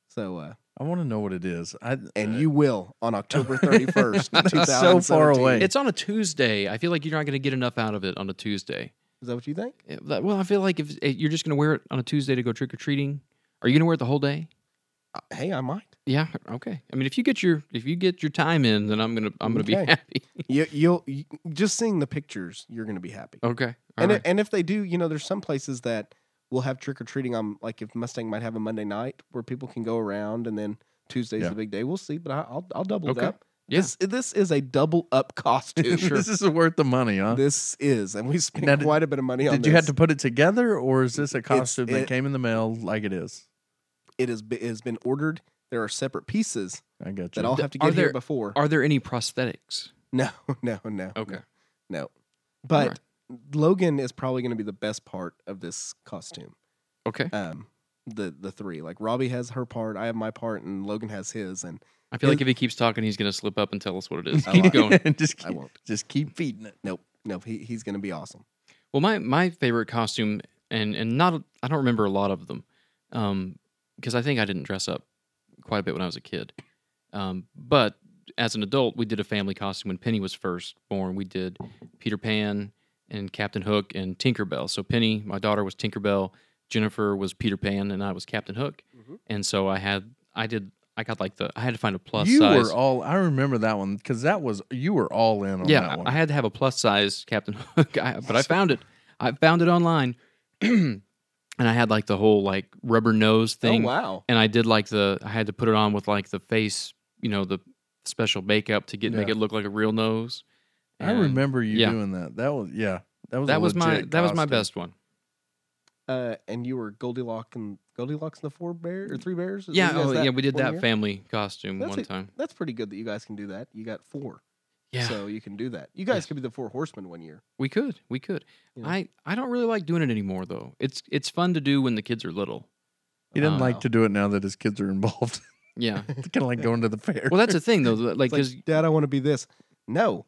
Speaker 3: so uh,
Speaker 1: I want to know what it is. I uh,
Speaker 3: and you will
Speaker 1: (laughs)
Speaker 3: on October thirty first,
Speaker 1: That's so far away.
Speaker 2: It's on a Tuesday. I feel like you're not going to get enough out of it on a Tuesday.
Speaker 3: Is that what you think?
Speaker 2: Yeah, that- Well, I feel like if eh, you're just going to wear it on a Tuesday to go trick or treating, are you going to wear it the whole day?
Speaker 3: Uh, hey, I might.
Speaker 2: Yeah. Okay. I mean, if you get your if you get your time in, then I'm gonna I'm gonna be
Speaker 3: Okay.
Speaker 2: happy. (laughs)
Speaker 3: You you'll you, just seeing the pictures, you're gonna be happy.
Speaker 2: Okay. All
Speaker 3: and
Speaker 2: right.
Speaker 3: it, and if they do, you know, there's some places that will have trick or treating on, like if Mustang might have a Monday night where people can go around, and then Tuesday's
Speaker 1: Yeah.
Speaker 3: the big day. We'll see, but I, I'll I'll double
Speaker 2: Okay.
Speaker 3: it up.
Speaker 2: Yeah.
Speaker 3: This this is a double up
Speaker 1: (laughs)
Speaker 3: (laughs) costume.
Speaker 1: this is worth the money, huh?
Speaker 3: This is, and we spent
Speaker 1: Now, did-
Speaker 3: quite a bit of money on.
Speaker 1: Did you have
Speaker 3: this.
Speaker 1: to put it together, or is this a costume that
Speaker 3: it-
Speaker 1: came in the mail like it is?
Speaker 3: It has be- it has been ordered. There are separate pieces
Speaker 1: I got you.
Speaker 3: that
Speaker 1: (laughs)
Speaker 3: I'll
Speaker 2: Th-
Speaker 3: have to
Speaker 2: are
Speaker 3: get here
Speaker 2: there-
Speaker 3: before.
Speaker 2: are there any prosthetics?
Speaker 3: (laughs) no, no, no.
Speaker 2: Okay.
Speaker 3: no. But Logan is probably going to be the best part of this costume.
Speaker 2: Okay.
Speaker 3: Um, the the three like Robbie has her part, I have my part, and Logan has his, and
Speaker 2: I feel like
Speaker 3: Is-
Speaker 2: if he keeps talking, he's going to slip up and tell us what it is.
Speaker 3: I
Speaker 2: Keep
Speaker 3: like it.
Speaker 2: going.
Speaker 1: (laughs) just
Speaker 3: I
Speaker 1: keep,
Speaker 3: won't.
Speaker 1: just keep feeding it.
Speaker 3: Nope, nope. He he's going to be awesome.
Speaker 2: Well, my my favorite costume, and and not I don't remember a lot of them, um, because I think I didn't dress up quite a bit when I was a kid. Um, but as an adult, we did a family costume when Penny was first born. We did Peter Pan and Captain Hook and Tinkerbell. So Penny, my daughter, was Tinkerbell. Jennifer was Peter Pan, and I was Captain Hook.
Speaker 1: Mm-hmm.
Speaker 3: Mhm.
Speaker 2: And so I had I did I got like the I had to find a plus
Speaker 1: you
Speaker 2: size.
Speaker 1: were all. I remember that one because that was you were all in on
Speaker 2: yeah,
Speaker 1: that one.
Speaker 2: I had to have a plus size Captain (laughs) Hook, I, but I found it. I found it online, (clears throat) and I had like the whole like rubber nose thing,
Speaker 3: Oh wow,
Speaker 2: and I did like the I had to put it on with like the face, you know, the special makeup to get make
Speaker 1: Yeah.
Speaker 2: it look like a real nose.
Speaker 1: I
Speaker 2: And
Speaker 1: remember you
Speaker 2: yeah.
Speaker 1: doing that. That was yeah. That was a
Speaker 2: that was my
Speaker 1: legit
Speaker 2: that was my
Speaker 1: costume.
Speaker 2: best one.
Speaker 3: Uh, and you were Goldilocks and Goldilocks and the four bear or three bears.
Speaker 2: Yeah,
Speaker 3: You guys
Speaker 2: oh,
Speaker 3: that
Speaker 2: yeah, we did
Speaker 3: one
Speaker 2: that
Speaker 3: year?
Speaker 2: family costume
Speaker 3: That's
Speaker 2: one
Speaker 3: it.
Speaker 2: time.
Speaker 3: That's pretty good that you guys can do that. You got four,
Speaker 2: Yeah,
Speaker 3: so you can do that. You guys
Speaker 2: Yeah.
Speaker 3: could be the four horsemen one year.
Speaker 2: we could, we could.
Speaker 3: Yeah.
Speaker 2: I I don't really like doing it anymore though. It's it's fun to do when the kids are little.
Speaker 1: He didn't
Speaker 2: Oh,
Speaker 1: like
Speaker 2: no.
Speaker 1: to do it now that his kids are involved. (laughs)
Speaker 2: Yeah.
Speaker 1: it's kind of like going to the fair.
Speaker 2: Well, that's the thing though. Like,
Speaker 3: It's like,
Speaker 2: 'cause-
Speaker 3: Dad, I want to be this. No,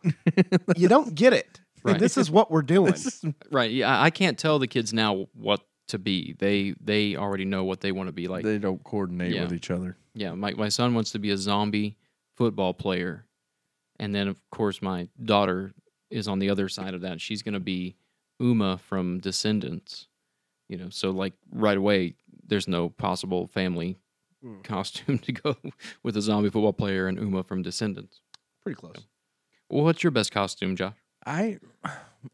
Speaker 3: you don't get it.
Speaker 2: Right.
Speaker 3: This is what we're doing.
Speaker 1: This is-
Speaker 2: right? Yeah, I I can't tell the kids now what to be. They they already know what they want to be like.
Speaker 1: they don't coordinate
Speaker 2: Yeah.
Speaker 1: with each other.
Speaker 2: yeah, my my son wants to be a zombie football player, and then of course my daughter is on the other side of that. She's going to be Uma from Descendants. You know, so like right away, there's no possible family
Speaker 1: Hmm.
Speaker 3: Mm.
Speaker 2: costume (laughs) to go with a zombie football player and Uma from Descendants.
Speaker 3: Pretty close.
Speaker 2: Well, what's your best costume, Josh?
Speaker 1: I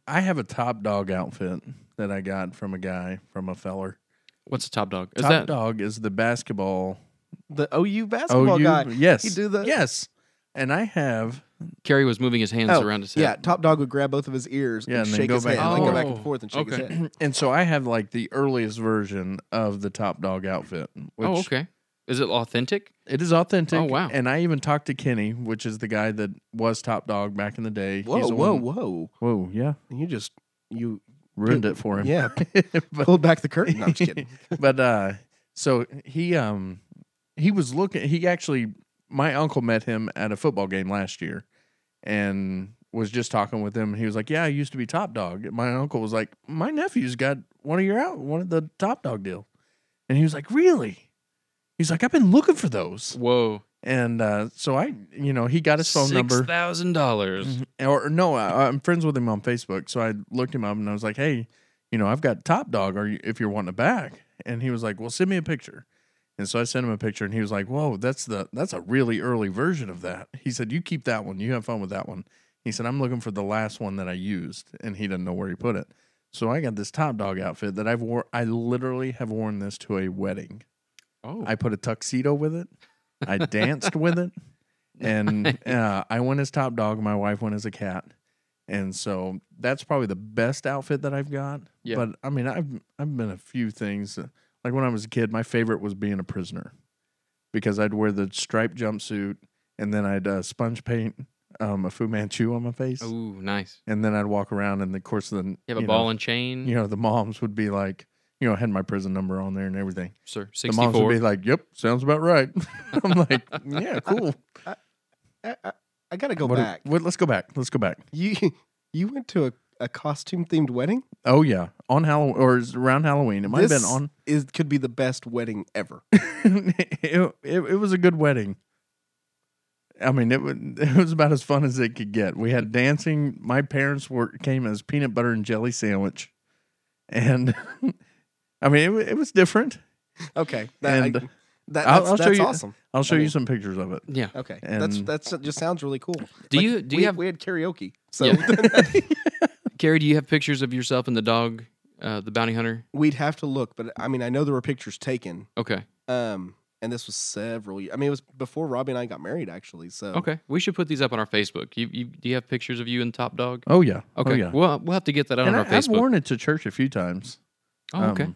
Speaker 1: I have a top dog outfit that I got from a guy from a feller.
Speaker 2: What's a top dog? Is
Speaker 1: top
Speaker 2: that
Speaker 1: dog is the basketball.
Speaker 3: The OU basketball
Speaker 1: OU
Speaker 3: guy.
Speaker 1: Oh, Yes.
Speaker 3: He do the-
Speaker 1: Yes. And I have
Speaker 2: Carrie was moving his hands
Speaker 3: Oh,
Speaker 2: around his
Speaker 3: Yeah,
Speaker 2: head?
Speaker 3: Top Dog would grab both of his ears
Speaker 1: Yeah,
Speaker 3: and,
Speaker 1: and then
Speaker 3: shake
Speaker 1: go
Speaker 3: his
Speaker 1: back
Speaker 3: head,
Speaker 1: and
Speaker 3: and go
Speaker 2: forth.
Speaker 3: back and forth and shake his
Speaker 2: Okay.
Speaker 3: head.
Speaker 1: and so I have like the earliest version of the top dog outfit, which
Speaker 2: oh, okay. Is it authentic?
Speaker 1: It is authentic.
Speaker 2: Oh, wow.
Speaker 1: And I even talked to Kenny, which is the guy that was top dog back in the day. He's
Speaker 3: Whoa,
Speaker 1: the
Speaker 3: whoa,
Speaker 1: one-
Speaker 3: whoa!
Speaker 1: whoa, yeah,
Speaker 3: You just you
Speaker 1: ruined it for him.
Speaker 3: yeah
Speaker 1: (laughs) but,
Speaker 3: pulled back the curtain. (laughs) No, I'm just kidding.
Speaker 1: but uh, so he um he was looking. He actually, my uncle met him at a football game last year, and was just talking with him. He was like, "Yeah, I used to be top dog." My uncle was like, "My nephew's got one of your out, one of the top dog deal," and he was like, "Really?" He's like, "I've been looking for those."
Speaker 2: Whoa.
Speaker 1: And uh, so I, you know, he got his phone number.
Speaker 2: thousand dollars.
Speaker 1: Mhm. Or no, I, I'm friends with him on Facebook, so I looked him up and I was like, "Hey, you know, I've got Top Dog. Or if you're wanting a bag?" And he was like, "Well, send me a picture." And so I sent him a picture, and he was like, "Whoa, that's the that's a really early version of that." He said, "You keep that one. You have fun with that one." He said, "I'm looking for the last one that I used," and he didn't know where he put it. So I got this Top Dog outfit that I've wore. I literally have worn this to a wedding.
Speaker 2: Oh,
Speaker 1: I put a tuxedo with it. I danced with it,
Speaker 2: (laughs)
Speaker 1: and uh, I went as top dog. My wife went as a cat, and so that's probably the best outfit that I've got.
Speaker 2: Yeah.
Speaker 1: But I mean, I've I've been a few things. Like when I was a kid, my favorite was being a prisoner because I'd wear the striped jumpsuit, and then I'd uh, sponge paint um, a Fu Manchu on my face,
Speaker 2: Ooh, nice.
Speaker 1: and then I'd walk around. And the course of the
Speaker 2: You have a
Speaker 1: you know,
Speaker 2: ball and chain,
Speaker 1: you know, the moms would be like, you know, I had my prison number on there and everything
Speaker 2: sir.
Speaker 1: the moms would
Speaker 2: Sixty-four.
Speaker 1: be like, "Yep, sounds about right." (laughs) I'm like, "Yeah, cool."
Speaker 3: I, I, I gotta go
Speaker 1: What do-
Speaker 3: back.
Speaker 1: what- let's go back. Let's go back.
Speaker 3: You (laughs) you went to a, a costume themed wedding.
Speaker 1: Oh yeah, on Halloween or is it around Halloween. It might
Speaker 3: this
Speaker 1: have been on.
Speaker 3: Is could be the best wedding ever.
Speaker 1: (laughs) it, it, it was a good wedding. I mean, it, wa- (laughs) it was about as fun as it could get. We had dancing. My parents were came as peanut butter and jelly sandwich, and (laughs) I mean, it, wa- it was different.
Speaker 3: Okay, that,
Speaker 1: And
Speaker 3: I, that,
Speaker 1: I'll-
Speaker 3: that's,
Speaker 1: I'll show
Speaker 3: that's
Speaker 1: you-
Speaker 3: awesome.
Speaker 1: I'll show
Speaker 3: I
Speaker 1: you
Speaker 3: mean-
Speaker 1: some pictures of it.
Speaker 2: Yeah.
Speaker 3: Okay,
Speaker 1: And-
Speaker 3: that's that's just sounds really cool.
Speaker 2: Do
Speaker 3: Like,
Speaker 2: you do you
Speaker 3: we,
Speaker 2: have
Speaker 3: we had karaoke? So
Speaker 2: Yeah. Carrie? Do you have pictures of yourself and the dog, uh, the bounty hunter?
Speaker 3: (laughs) we'd have to look, but I mean, I know there were pictures taken.
Speaker 2: Okay.
Speaker 3: Um, and this was several. years. I mean, it was before Robbie and I got married, actually. So
Speaker 2: Okay. We should put these up on our Facebook. You, you do you have pictures of you and Top Dog?
Speaker 1: Oh yeah.
Speaker 2: Okay.
Speaker 1: Oh, yeah.
Speaker 2: Well, we'll have to get that out
Speaker 1: and I,
Speaker 2: on our
Speaker 1: I've
Speaker 2: Facebook.
Speaker 1: worn it to church a few times.
Speaker 2: oh, okay.
Speaker 1: Um,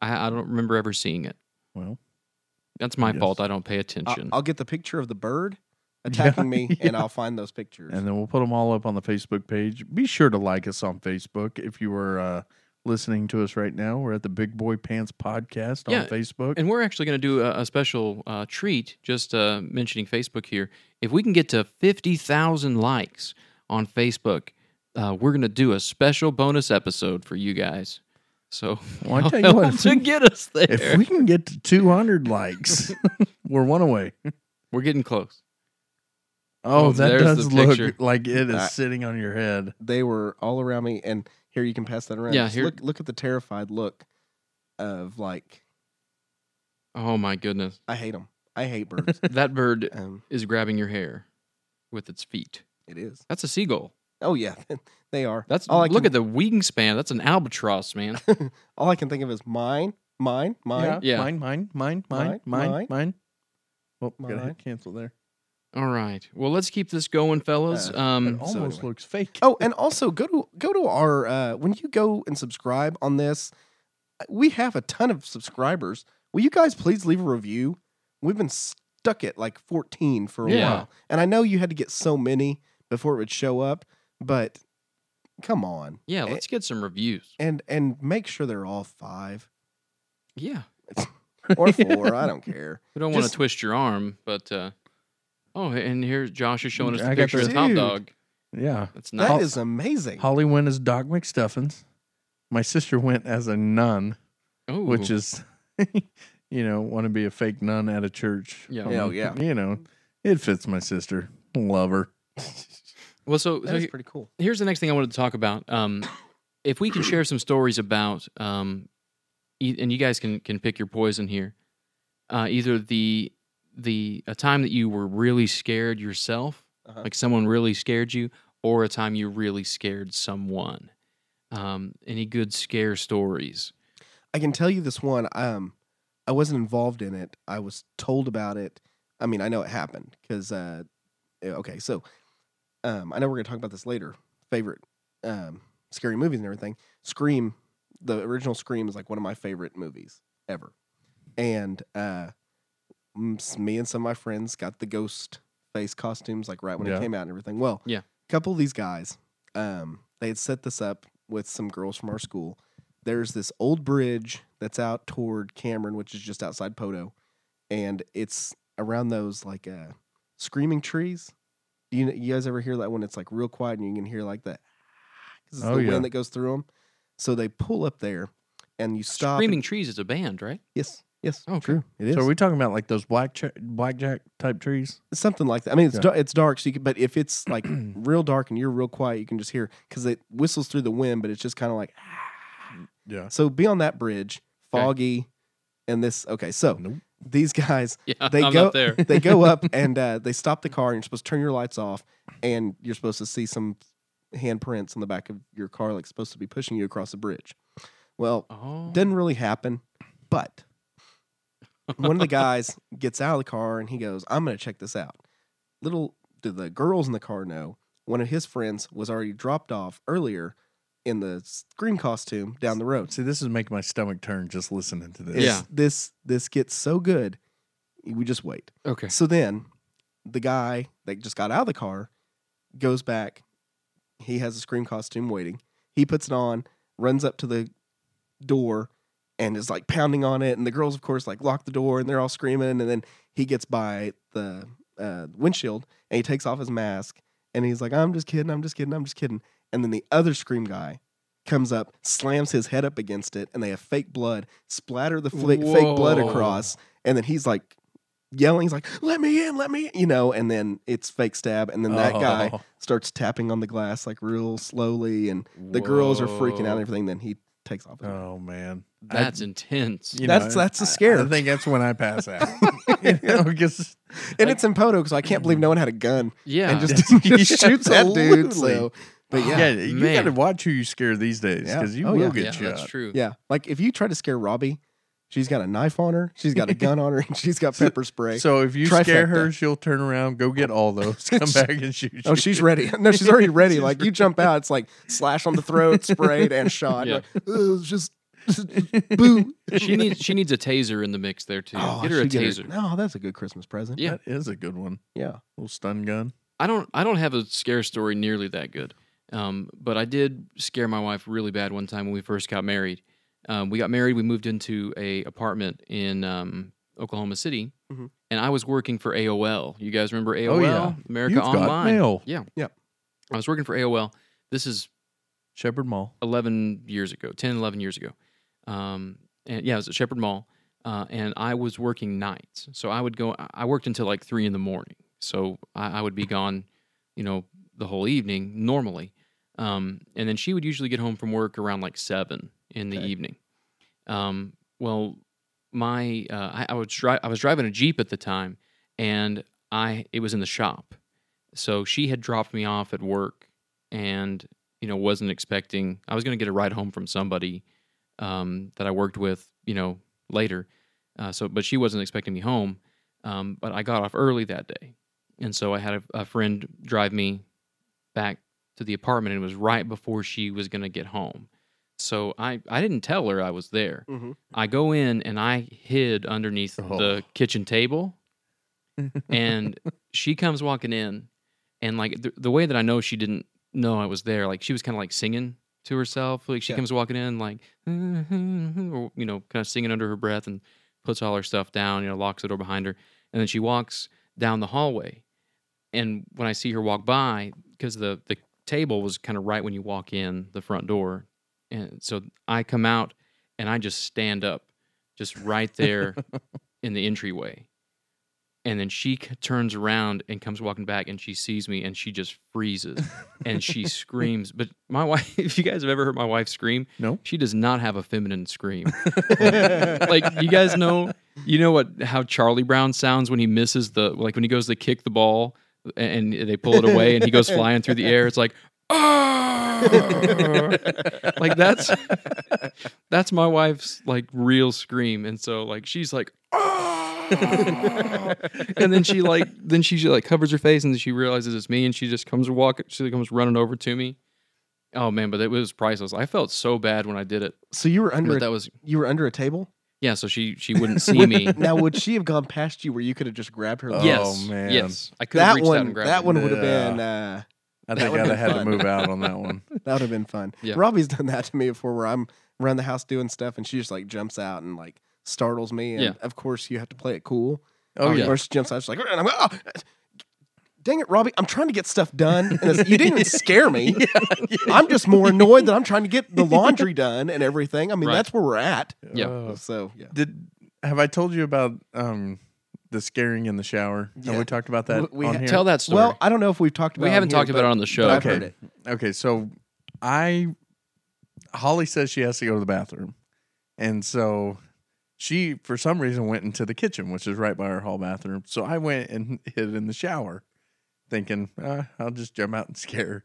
Speaker 2: I, I don't remember ever seeing it.
Speaker 1: well,
Speaker 2: That's my
Speaker 1: Yes.
Speaker 2: fault. I don't pay
Speaker 3: I,
Speaker 2: attention.
Speaker 3: will get the picture of the bird attacking me, and I'll find those pictures.
Speaker 1: and then we'll put them all up on the Facebook page. Be sure to like us on Facebook if you are uh, listening to us right now. We're at the Big Boy Pants Podcast on
Speaker 2: Yeah,
Speaker 1: Facebook.
Speaker 2: And we're actually going to do a, a special uh, treat, just uh, mentioning Facebook here. If we can get to 50,000 likes on Facebook, uh, we're going to do a special bonus episode for you guys. So
Speaker 1: Well, I
Speaker 2: (laughs)
Speaker 1: tell you
Speaker 2: help
Speaker 1: what,
Speaker 2: to get us there.
Speaker 1: if we can get to 200 likes, (laughs) we're one away.
Speaker 2: we're getting close.
Speaker 1: Oh,
Speaker 2: Oh,
Speaker 1: that
Speaker 2: there's
Speaker 1: does
Speaker 2: the
Speaker 1: look
Speaker 2: picture.
Speaker 1: like it is
Speaker 3: Uh,
Speaker 1: sitting on your head.
Speaker 3: they were all around me, and here you can pass that around.
Speaker 2: Yeah,
Speaker 3: Just
Speaker 2: here-
Speaker 3: look look at the terrified look of like
Speaker 2: Oh my goodness.
Speaker 3: I hate them. I
Speaker 2: (laughs)
Speaker 3: hate birds.
Speaker 2: That bird
Speaker 3: um,
Speaker 2: is grabbing your hair with its feet.
Speaker 3: it is.
Speaker 2: That's a seagull.
Speaker 3: Oh yeah, (laughs) they are.
Speaker 2: That's
Speaker 1: Oh,
Speaker 3: all I
Speaker 2: look
Speaker 3: can,
Speaker 2: at the wingspan. That's an albatross, man.
Speaker 1: (laughs)
Speaker 3: all I can think of is mine, mine, mine.
Speaker 1: yeah,
Speaker 2: Yeah.
Speaker 1: mine, mine, mine, mine,
Speaker 3: Mine,
Speaker 1: mine, mine.
Speaker 3: mine.
Speaker 1: Oh, gotta
Speaker 3: Mine.
Speaker 1: hit cancel there.
Speaker 2: All right. Well, let's keep this going, fellas.
Speaker 3: Uh,
Speaker 2: Um,
Speaker 1: it almost
Speaker 3: anyway.
Speaker 1: looks fake.
Speaker 3: Oh, and also go to go to our uh, when you go and subscribe on this, uh, we have a ton of subscribers. Will you guys please leave a review? We've been stuck at like 14 for a
Speaker 2: Yeah.
Speaker 3: while. And I know you had to get so many before it would show up, but come on.
Speaker 2: yeah, let's get some reviews.
Speaker 3: And and make sure they're all 5
Speaker 2: Yeah.
Speaker 3: or 4, I don't care.
Speaker 2: We don't want to
Speaker 3: Just-
Speaker 2: twist your arm, but uh, oh, and here Josh is
Speaker 3: Mm,
Speaker 2: showing us the
Speaker 1: I got
Speaker 2: picture of his
Speaker 1: this-
Speaker 2: hot
Speaker 3: Dude.
Speaker 2: dog.
Speaker 1: yeah.
Speaker 2: That's
Speaker 3: That
Speaker 2: nice.
Speaker 3: is amazing.
Speaker 1: Holly went as Doc McStuffins. My sister went as a nun,
Speaker 2: oh,
Speaker 3: Mm-hmm.
Speaker 1: which is, (laughs) you know, want to be a fake nun at a church. Um,
Speaker 2: Yeah.
Speaker 3: Hell yeah.
Speaker 1: You know, it fits my sister. Love (laughs) her.
Speaker 2: well. So,
Speaker 3: That
Speaker 2: so
Speaker 3: is
Speaker 2: he-
Speaker 3: pretty cool.
Speaker 2: here's the next thing I wanted to talk about. Um, if we can share some stories about, um, e- and you guys can can pick your poison here. Uh, either the the a time that you were really scared yourself,
Speaker 3: Uh-huh.
Speaker 2: like someone really scared you, or a time you really scared someone. Um, any good scare stories?
Speaker 3: I can tell you this one. Um, I wasn't involved in it. I was told about it. I mean, I know it happened because. Uh, yeah, okay, so um, I know we're gonna talk about this later. Favorite um, scary movies and everything. Scream, the original Scream is like one of my favorite movies ever, and uh, m- s- me and some of my friends got the ghost face costumes like right when
Speaker 1: Yeah.
Speaker 3: it came out and everything. Well,
Speaker 2: Yeah.
Speaker 3: a couple of these guys, um, they had set this up with some girls from our school there's this old bridge that's out toward Cameron, which is just outside Poto, and it's around those like uh, screaming trees. Do you you guys ever hear that when it's like real quiet and you can hear (sighs) like that? Because it's
Speaker 1: Oh,
Speaker 3: the
Speaker 1: yeah.
Speaker 3: wind that goes through them. So they pull up there, and you stop. and-
Speaker 2: Screaming Trees is a band, right? (laughs)
Speaker 3: yes, yes,
Speaker 2: Oh, okay.
Speaker 3: true. It is
Speaker 1: So are we talking about like those black ch- blackjack type trees?
Speaker 3: something like that. I mean, it's
Speaker 1: Yeah.
Speaker 3: dar- it's dark, so you can, but
Speaker 1: (clears throat)
Speaker 3: if it's like real dark and you're real quiet, you can just hear because it whistles through the wind, but it's just kind of like
Speaker 1: Yeah.
Speaker 3: so. Be on that bridge, foggy, and this. Okay, so
Speaker 1: Nope.
Speaker 3: these guys
Speaker 2: Yeah,
Speaker 3: They
Speaker 2: I'm
Speaker 3: go-
Speaker 2: not there.
Speaker 3: they go up and uh, they stop the car and you're supposed to turn your lights off and you're supposed to see some handprints on the back of your car like supposed to be pushing you across the bridge well
Speaker 2: Oh,
Speaker 3: didn't really happen but one of the guys gets out of the car and he goes i'm going to check this out little did the girls in the car know one of his friends was already dropped off earlier in the scream costume down the road
Speaker 1: oh, See, this is making my stomach turn just listening to this.
Speaker 3: It's-
Speaker 2: Yeah.
Speaker 3: this this gets so good we just wait
Speaker 2: okay.
Speaker 3: so then the guy that just got out of the car goes back. He has a scream costume waiting. He puts it on, runs up to the door, and is like pounding on it. And the girls, of course, like lock the door and they're all screaming. And then he gets by the uh, windshield and he takes off his mask and he's like, I'm just kidding, I'm just kidding, I'm just kidding. And then the other scream guy comes up, slams his head up against it, and they have fake blood, splatter the flick, fake blood
Speaker 2: Whoa.
Speaker 3: across. And then he's like, yelling. He's like, "Let me in, let me!" in," You know, and then it's fake stab, and then that guy
Speaker 1: Oh.
Speaker 3: starts tapping on the glass like real slowly, and the girls are freaking out and
Speaker 2: Whoa.
Speaker 3: everything. Then he takes off. his-
Speaker 1: Oh man, I-
Speaker 2: That's intense.
Speaker 1: you
Speaker 3: That's-
Speaker 1: know,
Speaker 3: that's a
Speaker 1: I-
Speaker 3: scare.
Speaker 1: I, think that's when I pass out.
Speaker 3: (laughs)
Speaker 1: (laughs) you know, 'cause-
Speaker 3: and it's in Poto, so I can't believe no one had a gun
Speaker 2: Yeah.
Speaker 3: and just, (laughs) just shoots that dude. So, but yeah,
Speaker 1: yeah,
Speaker 3: yeah,
Speaker 1: you
Speaker 2: man.
Speaker 1: gotta watch who you scare these days
Speaker 3: Yeah.
Speaker 1: because you
Speaker 3: Oh,
Speaker 1: will
Speaker 3: yeah.
Speaker 1: get
Speaker 2: yeah,
Speaker 1: shot.
Speaker 2: that's true.
Speaker 3: Like if you try to scare Robbie, she's got a knife on her, she's got a gun on her, and she's got
Speaker 1: So-
Speaker 3: pepper spray.
Speaker 1: So if you scare
Speaker 3: Trifecta.
Speaker 1: her, she'll turn around, go get all those,
Speaker 3: (laughs)
Speaker 1: come back and shoot you.
Speaker 3: Oh, she's ready. No, she's already ready. like you jump out, it's like slash on the throat, sprayed and shot.
Speaker 2: Yeah.
Speaker 3: Like, "Ugh, it's just boo.
Speaker 2: (laughs) She needs she needs a taser in the mix there too.
Speaker 3: Oh, I
Speaker 2: get her a
Speaker 3: should
Speaker 2: taser.
Speaker 3: No, that's a good Christmas present.
Speaker 2: Yeah.
Speaker 1: That is a good one.
Speaker 3: Yeah.
Speaker 1: Little stun gun.
Speaker 2: I don't I don't have a scare story nearly that good. Um, but I did scare my wife really bad one time when we first got married. Um, we got married. We moved into a apartment in um, Oklahoma City,
Speaker 3: Mhm.
Speaker 2: and I was working for AOL. You guys remember AOL?
Speaker 1: Oh, yeah.
Speaker 2: America
Speaker 1: You've
Speaker 2: Online.
Speaker 1: got mail.
Speaker 2: Yeah.
Speaker 3: Yeah.
Speaker 2: I was working for AOL. This is
Speaker 1: Shepherd
Speaker 3: (laughs)
Speaker 1: Mall.
Speaker 2: 11 years ago, 10, 11 years ago. Um, and yeah, it was at Shepherd Mall. Uh, and I was working nights. So I would go, I- I worked until like three in the morning. So I, I would be gone, you know, the whole evening normally. Um, and then she would usually get home from work around like seven in the
Speaker 3: Okay.
Speaker 2: evening. Um, well, my, uh, I, I, was dri- I was driving a Jeep at the time and I, it was in the shop. So she had dropped me off at work and you know wasn't expecting i was going to get a ride home from somebody um, that i worked with you know later uh, so but she wasn't expecting me home um, but i got off early that day And so I had a, a friend drive me back to the apartment, and it was right before she was going to get home. So I, I didn't tell her I was there.
Speaker 1: Mm-hmm.
Speaker 3: Mhm.
Speaker 2: I go in and I hid underneath
Speaker 1: Oh.
Speaker 2: the kitchen table, and she comes walking in, and like the, the way that I know she didn't know I was there, like she was kind of like singing to herself. Like she
Speaker 3: Yeah.
Speaker 2: comes walking in, like (laughs) or, you know, kind of singing under her breath, and puts all her stuff down. You know, locks the door behind her, and then she walks down the hallway. And when I see her walk by, because the the table was kind of right when you walk in the front door, and so I come out and I just stand up, just right there in the entryway. And then she c- turns around and comes walking back, and she sees me, and she just freezes, and she screams. But my (laughs) wife—if you guys have ever heard my wife scream,
Speaker 1: No.
Speaker 2: she does not have a feminine scream. like
Speaker 3: (laughs)
Speaker 2: you guys know, you know what how Charlie Brown sounds when he misses the like when he goes to kick the ball and and they pull it away and he goes flying through the air. It's like, "Ah!" like that's that's my wife's like real scream, and so like she's like. "Ah!" and then she like then she like covers her face and then she realizes it's me and she just comes walking she comes running over to me oh man but it was priceless i felt so bad when i did it
Speaker 3: So you were under
Speaker 2: but
Speaker 3: a,
Speaker 2: that was
Speaker 3: you were under a table.
Speaker 2: yeah, so she she wouldn't see me. (laughs)
Speaker 3: Now would she have gone past you where you could have just grabbed her?
Speaker 1: Oh,
Speaker 3: leg?
Speaker 2: yes,
Speaker 1: man.
Speaker 2: yes, I could have
Speaker 3: that
Speaker 2: reached out
Speaker 3: one
Speaker 2: and grabbed.
Speaker 3: that
Speaker 2: her.
Speaker 3: one would have
Speaker 1: Yeah.
Speaker 3: been uh,
Speaker 1: I
Speaker 3: That
Speaker 1: think
Speaker 3: would've
Speaker 1: I'd have
Speaker 3: been
Speaker 1: had to
Speaker 3: fun.
Speaker 1: move out on that
Speaker 3: (laughs)
Speaker 1: one.
Speaker 3: that would have been fun.
Speaker 2: Yeah.
Speaker 3: Robbie's (laughs) done that to me before, where I'm around the house doing stuff and she just like jumps out and like startles me. And
Speaker 2: Yeah.
Speaker 3: of course you have to play it cool.
Speaker 1: Oh,
Speaker 2: Oh,
Speaker 1: yeah.
Speaker 2: yeah.
Speaker 3: Or she jumps out, she's like, "Rrr," and I'm like, oh, dang it, Robbie, I'm trying to get stuff done. And it's- you
Speaker 2: (laughs)
Speaker 3: didn't even scare me. I'm just more annoyed that I'm trying to get the laundry done and everything. I mean,
Speaker 2: Right.
Speaker 3: that's where we're at.
Speaker 2: Yeah.
Speaker 1: Oh.
Speaker 3: So yeah,
Speaker 1: Did have I told you about um the scaring in the shower? Have
Speaker 3: Yeah.
Speaker 1: we talked about that
Speaker 3: We- we
Speaker 1: on
Speaker 3: ha-
Speaker 1: here?
Speaker 2: Tell that story.
Speaker 3: well, I don't know if we've talked about.
Speaker 2: we haven't
Speaker 3: here,
Speaker 2: talked about
Speaker 3: but-
Speaker 2: it on the show.
Speaker 3: but I've
Speaker 1: Okay.
Speaker 3: heard it.
Speaker 1: Okay, so I Holly says she has to go to the bathroom. And so she for some reason went into the kitchen, which is right by her hall bathroom. So I went and hid in the shower thinking, uh, I'll just jump out and (laughs) scare her.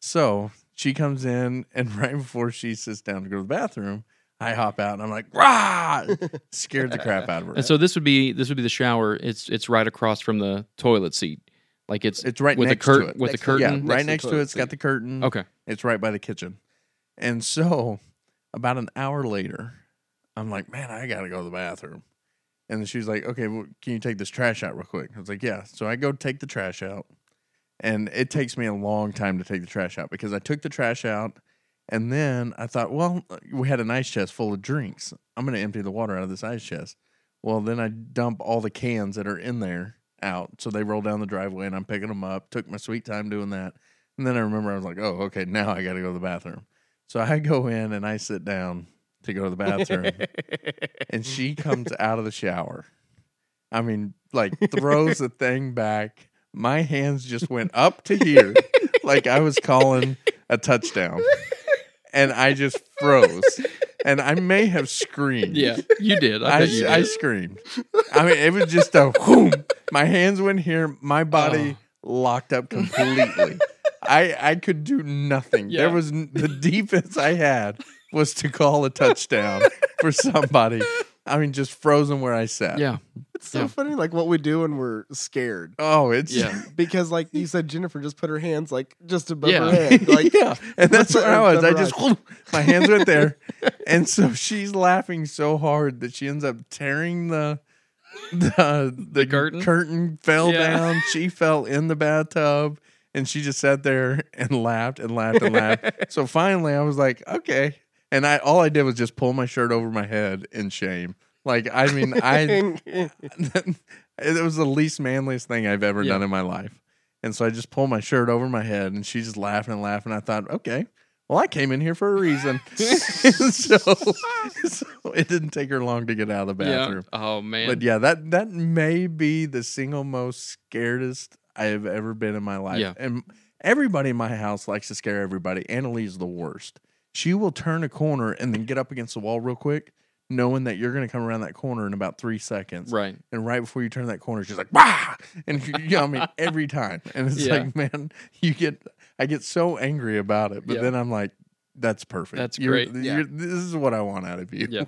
Speaker 1: So she comes in and (laughs) right before she sits down to go to the bathroom, I hop out and I'm like, rah scared the crap out of her.
Speaker 2: and so this would be this would be the shower. It's it's right across from the toilet seat. Like it's
Speaker 1: it's right
Speaker 2: with a
Speaker 1: next to
Speaker 2: curtain
Speaker 1: it.
Speaker 2: with
Speaker 3: Next
Speaker 2: a
Speaker 3: to- yeah.
Speaker 1: yeah,
Speaker 2: curtain.
Speaker 1: right
Speaker 3: next
Speaker 1: next
Speaker 3: to
Speaker 1: to
Speaker 3: it.
Speaker 1: it. It's got the curtain.
Speaker 2: Okay.
Speaker 1: It's right by the kitchen. And so about an hour later, I'm like, man, I got to go to the bathroom. And she's like, okay, well, can you take this trash out real quick? I was like, yeah. So I go take the trash out. And it takes me a long time to take the trash out because I took the trash out. And then I thought, well, we had an ice chest full of drinks. I'm going to empty the water out of this ice chest. Well, then I dump all the cans that are in there out. So they roll down the driveway and I'm picking them up. Took my sweet time doing that. And then I remember I was like, oh, okay, now I got to go to the bathroom. So I go in and I sit down to go to the bathroom. (laughs) and she comes out of the shower. I mean, like throws the thing back. My hands just went up to here like I was calling a touchdown. And I just froze. And I may have screamed.
Speaker 2: (laughs) Yeah, you did. I,
Speaker 1: I,
Speaker 2: bet you did.
Speaker 1: I screamed. I mean, it was just a whoom. My hands went here. My body
Speaker 2: Oh.
Speaker 1: locked up completely. I I could do nothing.
Speaker 2: Yeah.
Speaker 1: There was n- the defense I had was to call a touchdown for somebody. I mean, just frozen where I sat.
Speaker 2: yeah,
Speaker 3: It's so
Speaker 2: Yeah.
Speaker 3: funny, like what we do when we're scared.
Speaker 1: Oh, it's
Speaker 2: yeah.
Speaker 3: Because, like you said, Jennifer just put her hands like just above
Speaker 2: Yeah.
Speaker 1: (laughs)
Speaker 2: (laughs)
Speaker 3: her head. Like,
Speaker 1: yeah, and that's
Speaker 3: What's
Speaker 1: where
Speaker 3: that?
Speaker 1: I was. I
Speaker 3: Never
Speaker 1: just (laughs) my hands went there, and so she's laughing so hard that she ends up tearing the the the,
Speaker 2: curtain?
Speaker 1: fell
Speaker 2: Yeah.
Speaker 1: down.
Speaker 2: (laughs)
Speaker 1: She fell in the bathtub, and she just sat there and laughed and laughed and
Speaker 2: (laughs)
Speaker 1: laughed. so finally, I was like, okay, and I all I did was just pull my shirt over my head in shame. Like I mean, I
Speaker 3: (laughs)
Speaker 1: it was the least manliest thing I've ever
Speaker 2: Yeah.
Speaker 1: done in my life. And so I just pulled my shirt over my head and she's just laughing and laughing. I thought, okay, well, I came in here for a
Speaker 2: (laughs)
Speaker 1: reason. (laughs) so, so it didn't take her long to get out of the
Speaker 2: yeah.
Speaker 1: bathroom.
Speaker 2: Oh man.
Speaker 1: But yeah, that that may be the single most scaredest I have ever been in my life.
Speaker 2: Yeah.
Speaker 1: And everybody in my house likes to scare everybody. Annalie's the worst. She will turn a corner and then get up against the wall real quick, knowing that you're going to come around that corner in about three seconds
Speaker 2: Right.
Speaker 1: and right before you turn that corner, she's like, "Bah!" And you know, I
Speaker 2: (laughs)
Speaker 1: mean, every time, and it's
Speaker 2: Yeah.
Speaker 1: like, man, you get, I get so angry about it, but
Speaker 2: Yeah.
Speaker 1: then I'm like, that's perfect.
Speaker 2: That's
Speaker 1: You're-
Speaker 2: great.
Speaker 1: you're- This is what I want out of you. (laughs)
Speaker 2: Yeah.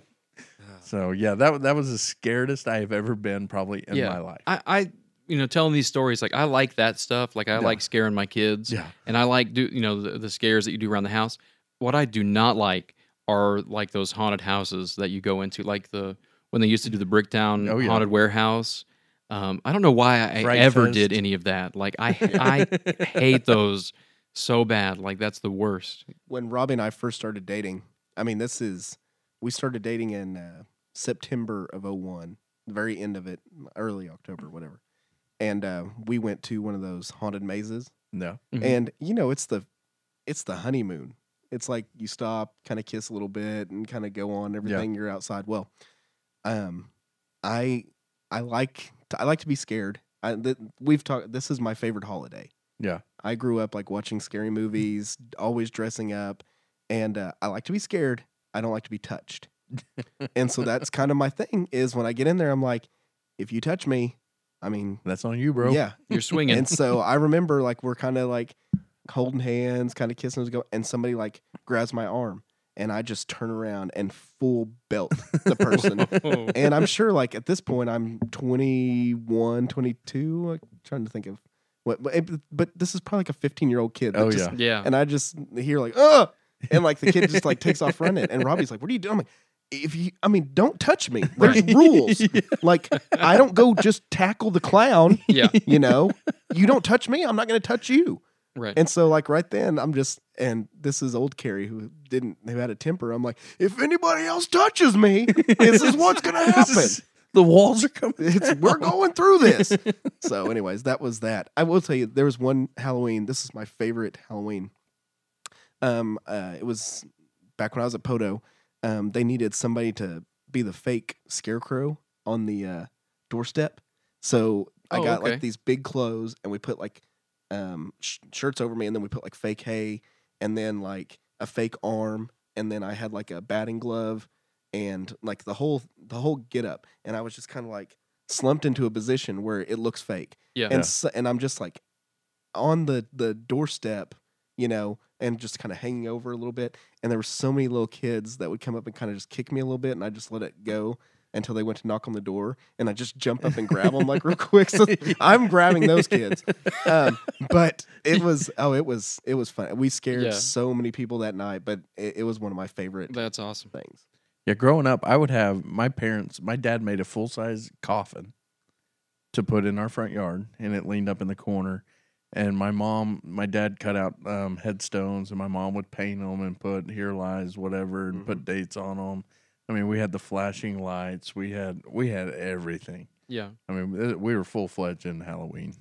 Speaker 1: So yeah, that that was the scaredest I have ever been, probably in
Speaker 2: Yeah.
Speaker 1: my life.
Speaker 2: I, I you know, telling these stories, like I like that stuff. Like I
Speaker 1: Yeah.
Speaker 2: like scaring my kids,
Speaker 1: Yeah.
Speaker 2: and I like do you know the, the scares that you do around the house. What I do not like are like those haunted houses that you go into, like the when they used to do the Bricktown
Speaker 1: Oh, yeah.
Speaker 2: haunted warehouse. Um, I don't know why I
Speaker 1: Fright
Speaker 2: ever
Speaker 1: Fest.
Speaker 2: did any of that. Like I, I
Speaker 1: (laughs)
Speaker 2: hate those so bad. Like that's the worst.
Speaker 3: when Robbie and I first started dating, I mean, this is we started dating in uh, September of '01, the very end of it, early October, whatever. And uh, we went to one of those haunted mazes,
Speaker 1: No.
Speaker 2: Mhm.
Speaker 3: and you know, it's the it's the honeymoon. It's like you stop, kind of kiss a little bit, and kind of go on everything. You're outside. Well, um, I I like I like to be scared. I, th- we've talked. This is my favorite holiday.
Speaker 1: Yeah. Mm-hmm.
Speaker 3: I grew up like watching scary movies, always dressing up, and uh, I like to be scared. I don't like to
Speaker 1: (laughs)
Speaker 3: be touched, and so that's kind of my thing. Is when I get in there, I'm like, if you touch me, I mean,
Speaker 1: That's on you, (laughs) bro.
Speaker 3: yeah.
Speaker 2: You're swinging.
Speaker 3: And so I remember like we're kind of like holding hands, kind of kissing, go, and somebody like grabs my arm, and I just turn around and full belt
Speaker 1: (laughs)
Speaker 3: the person.
Speaker 2: (laughs) Whoa.
Speaker 3: and I'm sure like at this point I'm 21, 22. I'm trying to think of what, but, but this is probably like a 15 year old kid. that
Speaker 1: Oh,
Speaker 3: just-
Speaker 1: yeah.
Speaker 2: yeah.
Speaker 3: And I just hear like, oh, and like the kid just like takes off running, and Robbie's like, what are you doing? I'm like, if you, I mean, don't touch me.
Speaker 1: (laughs)
Speaker 3: There's
Speaker 2: Right.
Speaker 3: rules. Like I don't go just tackle the clown.
Speaker 2: yeah.
Speaker 3: You know, you don't touch me. I'm not going to touch you.
Speaker 2: Right.
Speaker 1: (laughs)
Speaker 3: And so like right then I'm just and this is old Carrie who didn't who had a temper. I'm like, if anybody else touches me, this is what's gonna
Speaker 1: (laughs) This
Speaker 3: happen.
Speaker 1: is- the walls are coming.
Speaker 3: It's we're going through this. so, anyways, that was that. I will tell you, there was one Halloween. This is my favorite Halloween. Um, uh, it was back when I was at Poto. Um, they needed somebody to be the fake scarecrow on the uh, doorstep. So I
Speaker 2: Oh,
Speaker 3: got
Speaker 2: okay.
Speaker 3: like these big clothes, and we put like um, sh- shirts over me, and then we put like fake hay, and then like a fake arm, and then I had like a batting glove, and like the whole the whole get up, and I was just kind of like slumped into a position where it looks fake.
Speaker 2: Yeah.
Speaker 3: And so, and I'm just like on the the doorstep, you know, and just kind of hanging over a little bit. And there were so many little kids that would come up and kind of just kick me a little bit, and I just let it go until they went to knock on the door, and I just jump up and grab them like real quick.
Speaker 2: (laughs)
Speaker 3: (laughs) So I'm grabbing
Speaker 1: (laughs)
Speaker 3: those kids. Um, but it was oh, it was it was fun. We scared
Speaker 2: Yeah.
Speaker 3: so many people that night, but it, it was one of my favorite
Speaker 2: That's awesome.
Speaker 3: things.
Speaker 1: Yeah, growing up, I would have my parents, my dad made a full size coffin to put in our front yard, and it leaned up in the corner. And my mom, my dad cut out um, headstones, and my mom would paint them and put "Here Lies" whatever, and put dates on them. I mean, we had the flashing lights. We had we had everything.
Speaker 2: Yeah.
Speaker 1: I mean, it- we were full fledged in Halloween.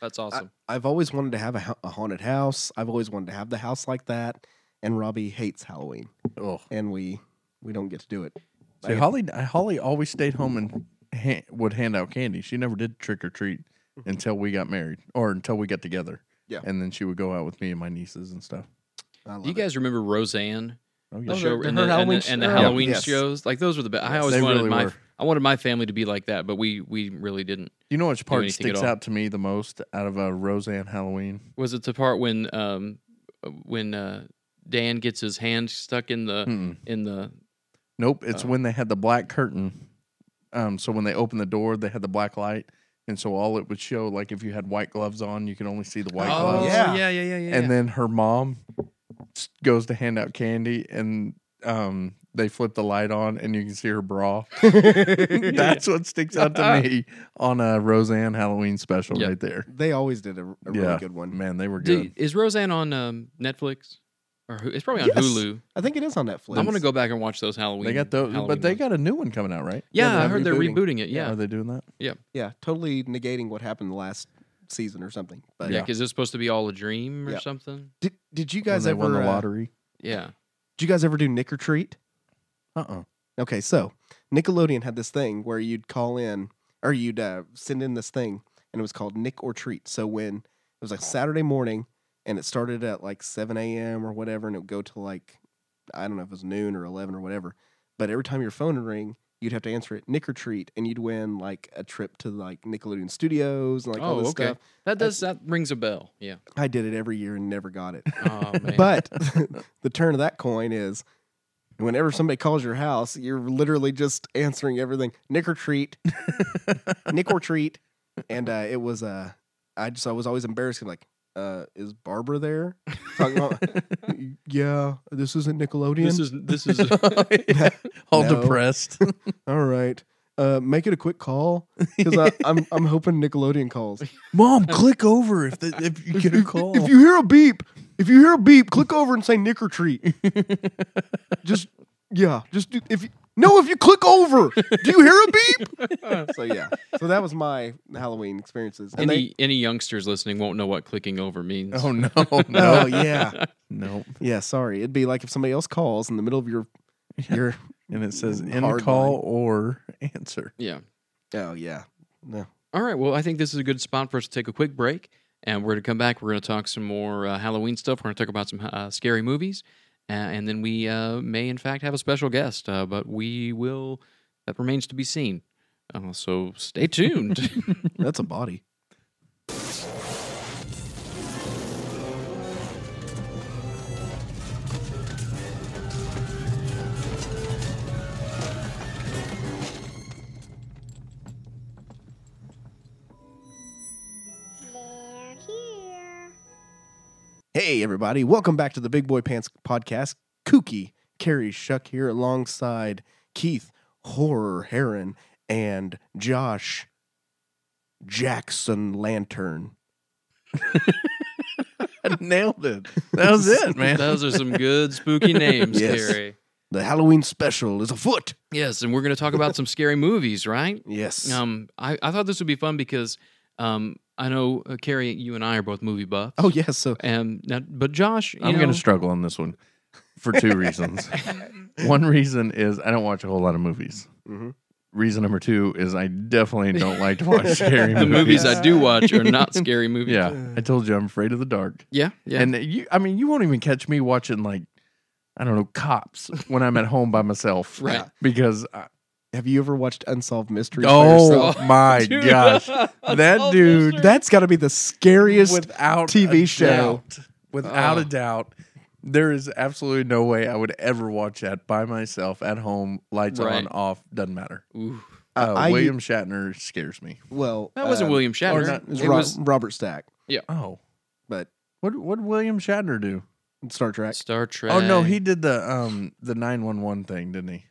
Speaker 2: That's awesome.
Speaker 3: I've always wanted to have a, ha- a haunted house. I've always wanted to have the house like that. And Robbie hates Halloween,
Speaker 1: Oh,
Speaker 3: and we we don't get to do it.
Speaker 1: See, Holly, Holly always stayed home and ha- would hand out candy. She never did trick or treat until we got married or until we got together.
Speaker 3: Yeah.
Speaker 1: and then she would go out with me and my nieces and stuff.
Speaker 3: I love
Speaker 2: Do you guys remember Roseanne?
Speaker 1: Oh
Speaker 2: The
Speaker 1: yeah,
Speaker 3: Oh,
Speaker 2: show
Speaker 3: the-
Speaker 2: and
Speaker 3: her
Speaker 2: the, and
Speaker 3: Halloween
Speaker 2: the, and the
Speaker 3: show.
Speaker 2: Halloween
Speaker 3: Yes.
Speaker 2: shows. Like those were the best. I
Speaker 1: Yes,
Speaker 2: always
Speaker 1: they
Speaker 2: wanted
Speaker 1: really
Speaker 2: my
Speaker 1: were.
Speaker 2: I wanted my family to be like that, but we we really didn't.
Speaker 1: you know which part
Speaker 2: anything at
Speaker 1: sticks
Speaker 2: all.
Speaker 1: out to me the most out of a Roseanne Halloween?
Speaker 2: Was it the part when um when uh Dan gets his hand stuck in the
Speaker 1: Mm-mm.
Speaker 2: in the
Speaker 1: Nope, it's
Speaker 2: Oh.
Speaker 1: when they had the black curtain. Um, so when they opened the door, they had the black light, and so all it would show, like if you had white gloves on, you could only see the white
Speaker 2: oh
Speaker 1: gloves.
Speaker 2: yeah yeah
Speaker 3: Yeah.
Speaker 2: yeah yeah, yeah.
Speaker 1: and then her mom s- goes to hand out candy and um they flip the light on and you can see her
Speaker 2: (laughs)
Speaker 1: bra (laughs)
Speaker 3: it.
Speaker 1: that's what sticks out to me on a roseanne halloween special
Speaker 2: Yeah.
Speaker 1: right there
Speaker 3: they always did a, a
Speaker 1: Yeah.
Speaker 3: really good one.
Speaker 1: man they were
Speaker 2: Do-
Speaker 1: good
Speaker 2: is Roseanne on um, Netflix or who, it's probably on
Speaker 3: Yes.
Speaker 2: Hulu?
Speaker 3: I think it is on Netflix.
Speaker 2: I'm gonna go back and watch those Halloween.
Speaker 1: they got those
Speaker 2: Halloween
Speaker 1: but they
Speaker 2: ones.
Speaker 1: got a new one coming out right
Speaker 2: yeah,
Speaker 3: Yeah,
Speaker 2: I
Speaker 3: they're
Speaker 2: heard they're
Speaker 3: rebooting.
Speaker 2: rebooting it. Yeah,
Speaker 1: are they doing that
Speaker 3: Yeah, totally negating what happened the last season or something. But
Speaker 2: yeah, because it's supposed to be all a dream or
Speaker 3: Yeah.
Speaker 2: something.
Speaker 3: did did you
Speaker 1: When
Speaker 3: guys
Speaker 1: they
Speaker 3: ever
Speaker 1: won the
Speaker 3: uh,
Speaker 1: lottery
Speaker 2: Yeah,
Speaker 3: did you guys ever do Nick or Treat?
Speaker 1: uh-uh
Speaker 3: Okay, so Nickelodeon had this thing where you'd call in or you'd uh, send in this thing, and it was called Nick or Treat. So when it was like Saturday morning, and it started at like 7 a.m. or whatever, and it would go to like I don't know if it was noon or 11 or whatever. But every time your phone would ring, you'd have to answer it Nick or Treat, and you'd win like a trip to like Nickelodeon Studios and like all
Speaker 2: Oh,
Speaker 3: this
Speaker 2: okay.
Speaker 3: stuff.
Speaker 2: that does that rings a bell.
Speaker 1: (laughs)
Speaker 2: Yeah.
Speaker 3: I did it every year and never got it.
Speaker 2: Oh man. (laughs)
Speaker 3: But (laughs) the turn of that coin is whenever somebody calls
Speaker 2: (laughs)
Speaker 3: your house, you're literally just answering everything. Nick or treat. Nick or treat. and uh, it was uh, I just I was always embarrassed. 'cause like, uh, is Barbara there?
Speaker 2: (laughs)
Speaker 3: Talking about, yeah, this isn't Nickelodeon.
Speaker 2: This is
Speaker 1: (laughs)
Speaker 2: this is
Speaker 1: All
Speaker 3: No.
Speaker 1: depressed.
Speaker 3: All right, uh, make it a quick call
Speaker 2: (laughs)
Speaker 3: because I'm I'm hoping Nickelodeon calls.
Speaker 1: Mom, click over if the, (laughs) if you get a
Speaker 3: if,
Speaker 1: call.
Speaker 3: if you hear a beep, if you hear a beep, click over and say nick or (laughs) treat. just yeah, just do, if you, no, if you click over, do you hear a beep? (laughs) so yeah, so that was my Halloween experiences. And
Speaker 2: any any youngsters listening won't know what clicking over means.
Speaker 1: oh no,
Speaker 3: they,
Speaker 1: no,
Speaker 3: (laughs) oh yeah,
Speaker 1: no.
Speaker 3: yeah. Sorry, it'd be like if somebody else calls in the middle of (laughs) your your
Speaker 1: And it says in
Speaker 3: Hard
Speaker 1: call
Speaker 3: line.
Speaker 1: or answer.
Speaker 2: Yeah.
Speaker 3: oh yeah no
Speaker 2: All right. Well, I think this is a good spot for us to take a quick break, and we're going to come back. We're going to talk some more uh, Halloween stuff. We're going to talk about some uh, scary movies, uh, and then we uh, may, in fact, have a special guest. Uh, but we will. That remains to be seen. Uh, so stay tuned.
Speaker 3: that's a body.
Speaker 4: They're here.
Speaker 3: Hey everybody, welcome back to the Big Boy Pants podcast. Kooky Carrie Shuck here alongside Keith Horror Heron and Josh Jackson Lantern.
Speaker 1: I nailed it. That
Speaker 2: (laughs)
Speaker 1: was it, man.
Speaker 2: Those are some good spooky names,
Speaker 3: Yes.
Speaker 2: Carrie.
Speaker 3: The Halloween special is afoot.
Speaker 2: Yes, and we're going to talk about some scary movies, right?
Speaker 3: Yes.
Speaker 2: Um, I, I thought this would be fun because um, I know uh, Carrie, you and I are both movie buffs.
Speaker 3: oh yes, so
Speaker 2: And now, but Josh, you
Speaker 1: I'm
Speaker 2: know,
Speaker 1: going to struggle on this one for
Speaker 2: (laughs)
Speaker 1: two reasons. one reason is I don't watch a whole lot of movies.
Speaker 3: Mhm.
Speaker 1: Reason number two is I definitely don't like to
Speaker 2: (laughs)
Speaker 1: watch scary
Speaker 2: the
Speaker 1: movies.
Speaker 2: movies I do watch are
Speaker 1: (laughs)
Speaker 2: not scary movies.
Speaker 1: yeah, I told you I'm afraid of the dark.
Speaker 2: yeah, yeah.
Speaker 1: And you, I mean, you won't even catch me watching like, I don't know, cops when I'm at home by myself,
Speaker 2: Right.
Speaker 1: Because I,
Speaker 3: have you ever watched Unsolved Mysteries? by
Speaker 1: oh
Speaker 2: (laughs)
Speaker 3: yourself?
Speaker 1: my
Speaker 2: Dude.
Speaker 1: gosh, that dude,
Speaker 3: that's got to be the scariest.
Speaker 1: without
Speaker 3: TV
Speaker 1: a
Speaker 3: show.
Speaker 1: doubt, without a doubt, there is absolutely no way I would ever watch that by myself at home, lights
Speaker 2: Right.
Speaker 1: on, off, doesn't matter.
Speaker 2: (laughs) Ooh.
Speaker 1: Uh,
Speaker 3: I-
Speaker 1: William Shatner scares me.
Speaker 3: well,
Speaker 2: that wasn't
Speaker 3: uh,
Speaker 2: William Shatner.
Speaker 1: Um, oh, not-
Speaker 3: It was,
Speaker 2: it
Speaker 3: Ro-
Speaker 2: was
Speaker 3: Robert Stack,
Speaker 1: Oh,
Speaker 3: but
Speaker 1: what what did William Shatner do?
Speaker 3: Star Trek.
Speaker 2: Star Trek.
Speaker 1: Oh no, he did the um the nine one one thing, didn't he?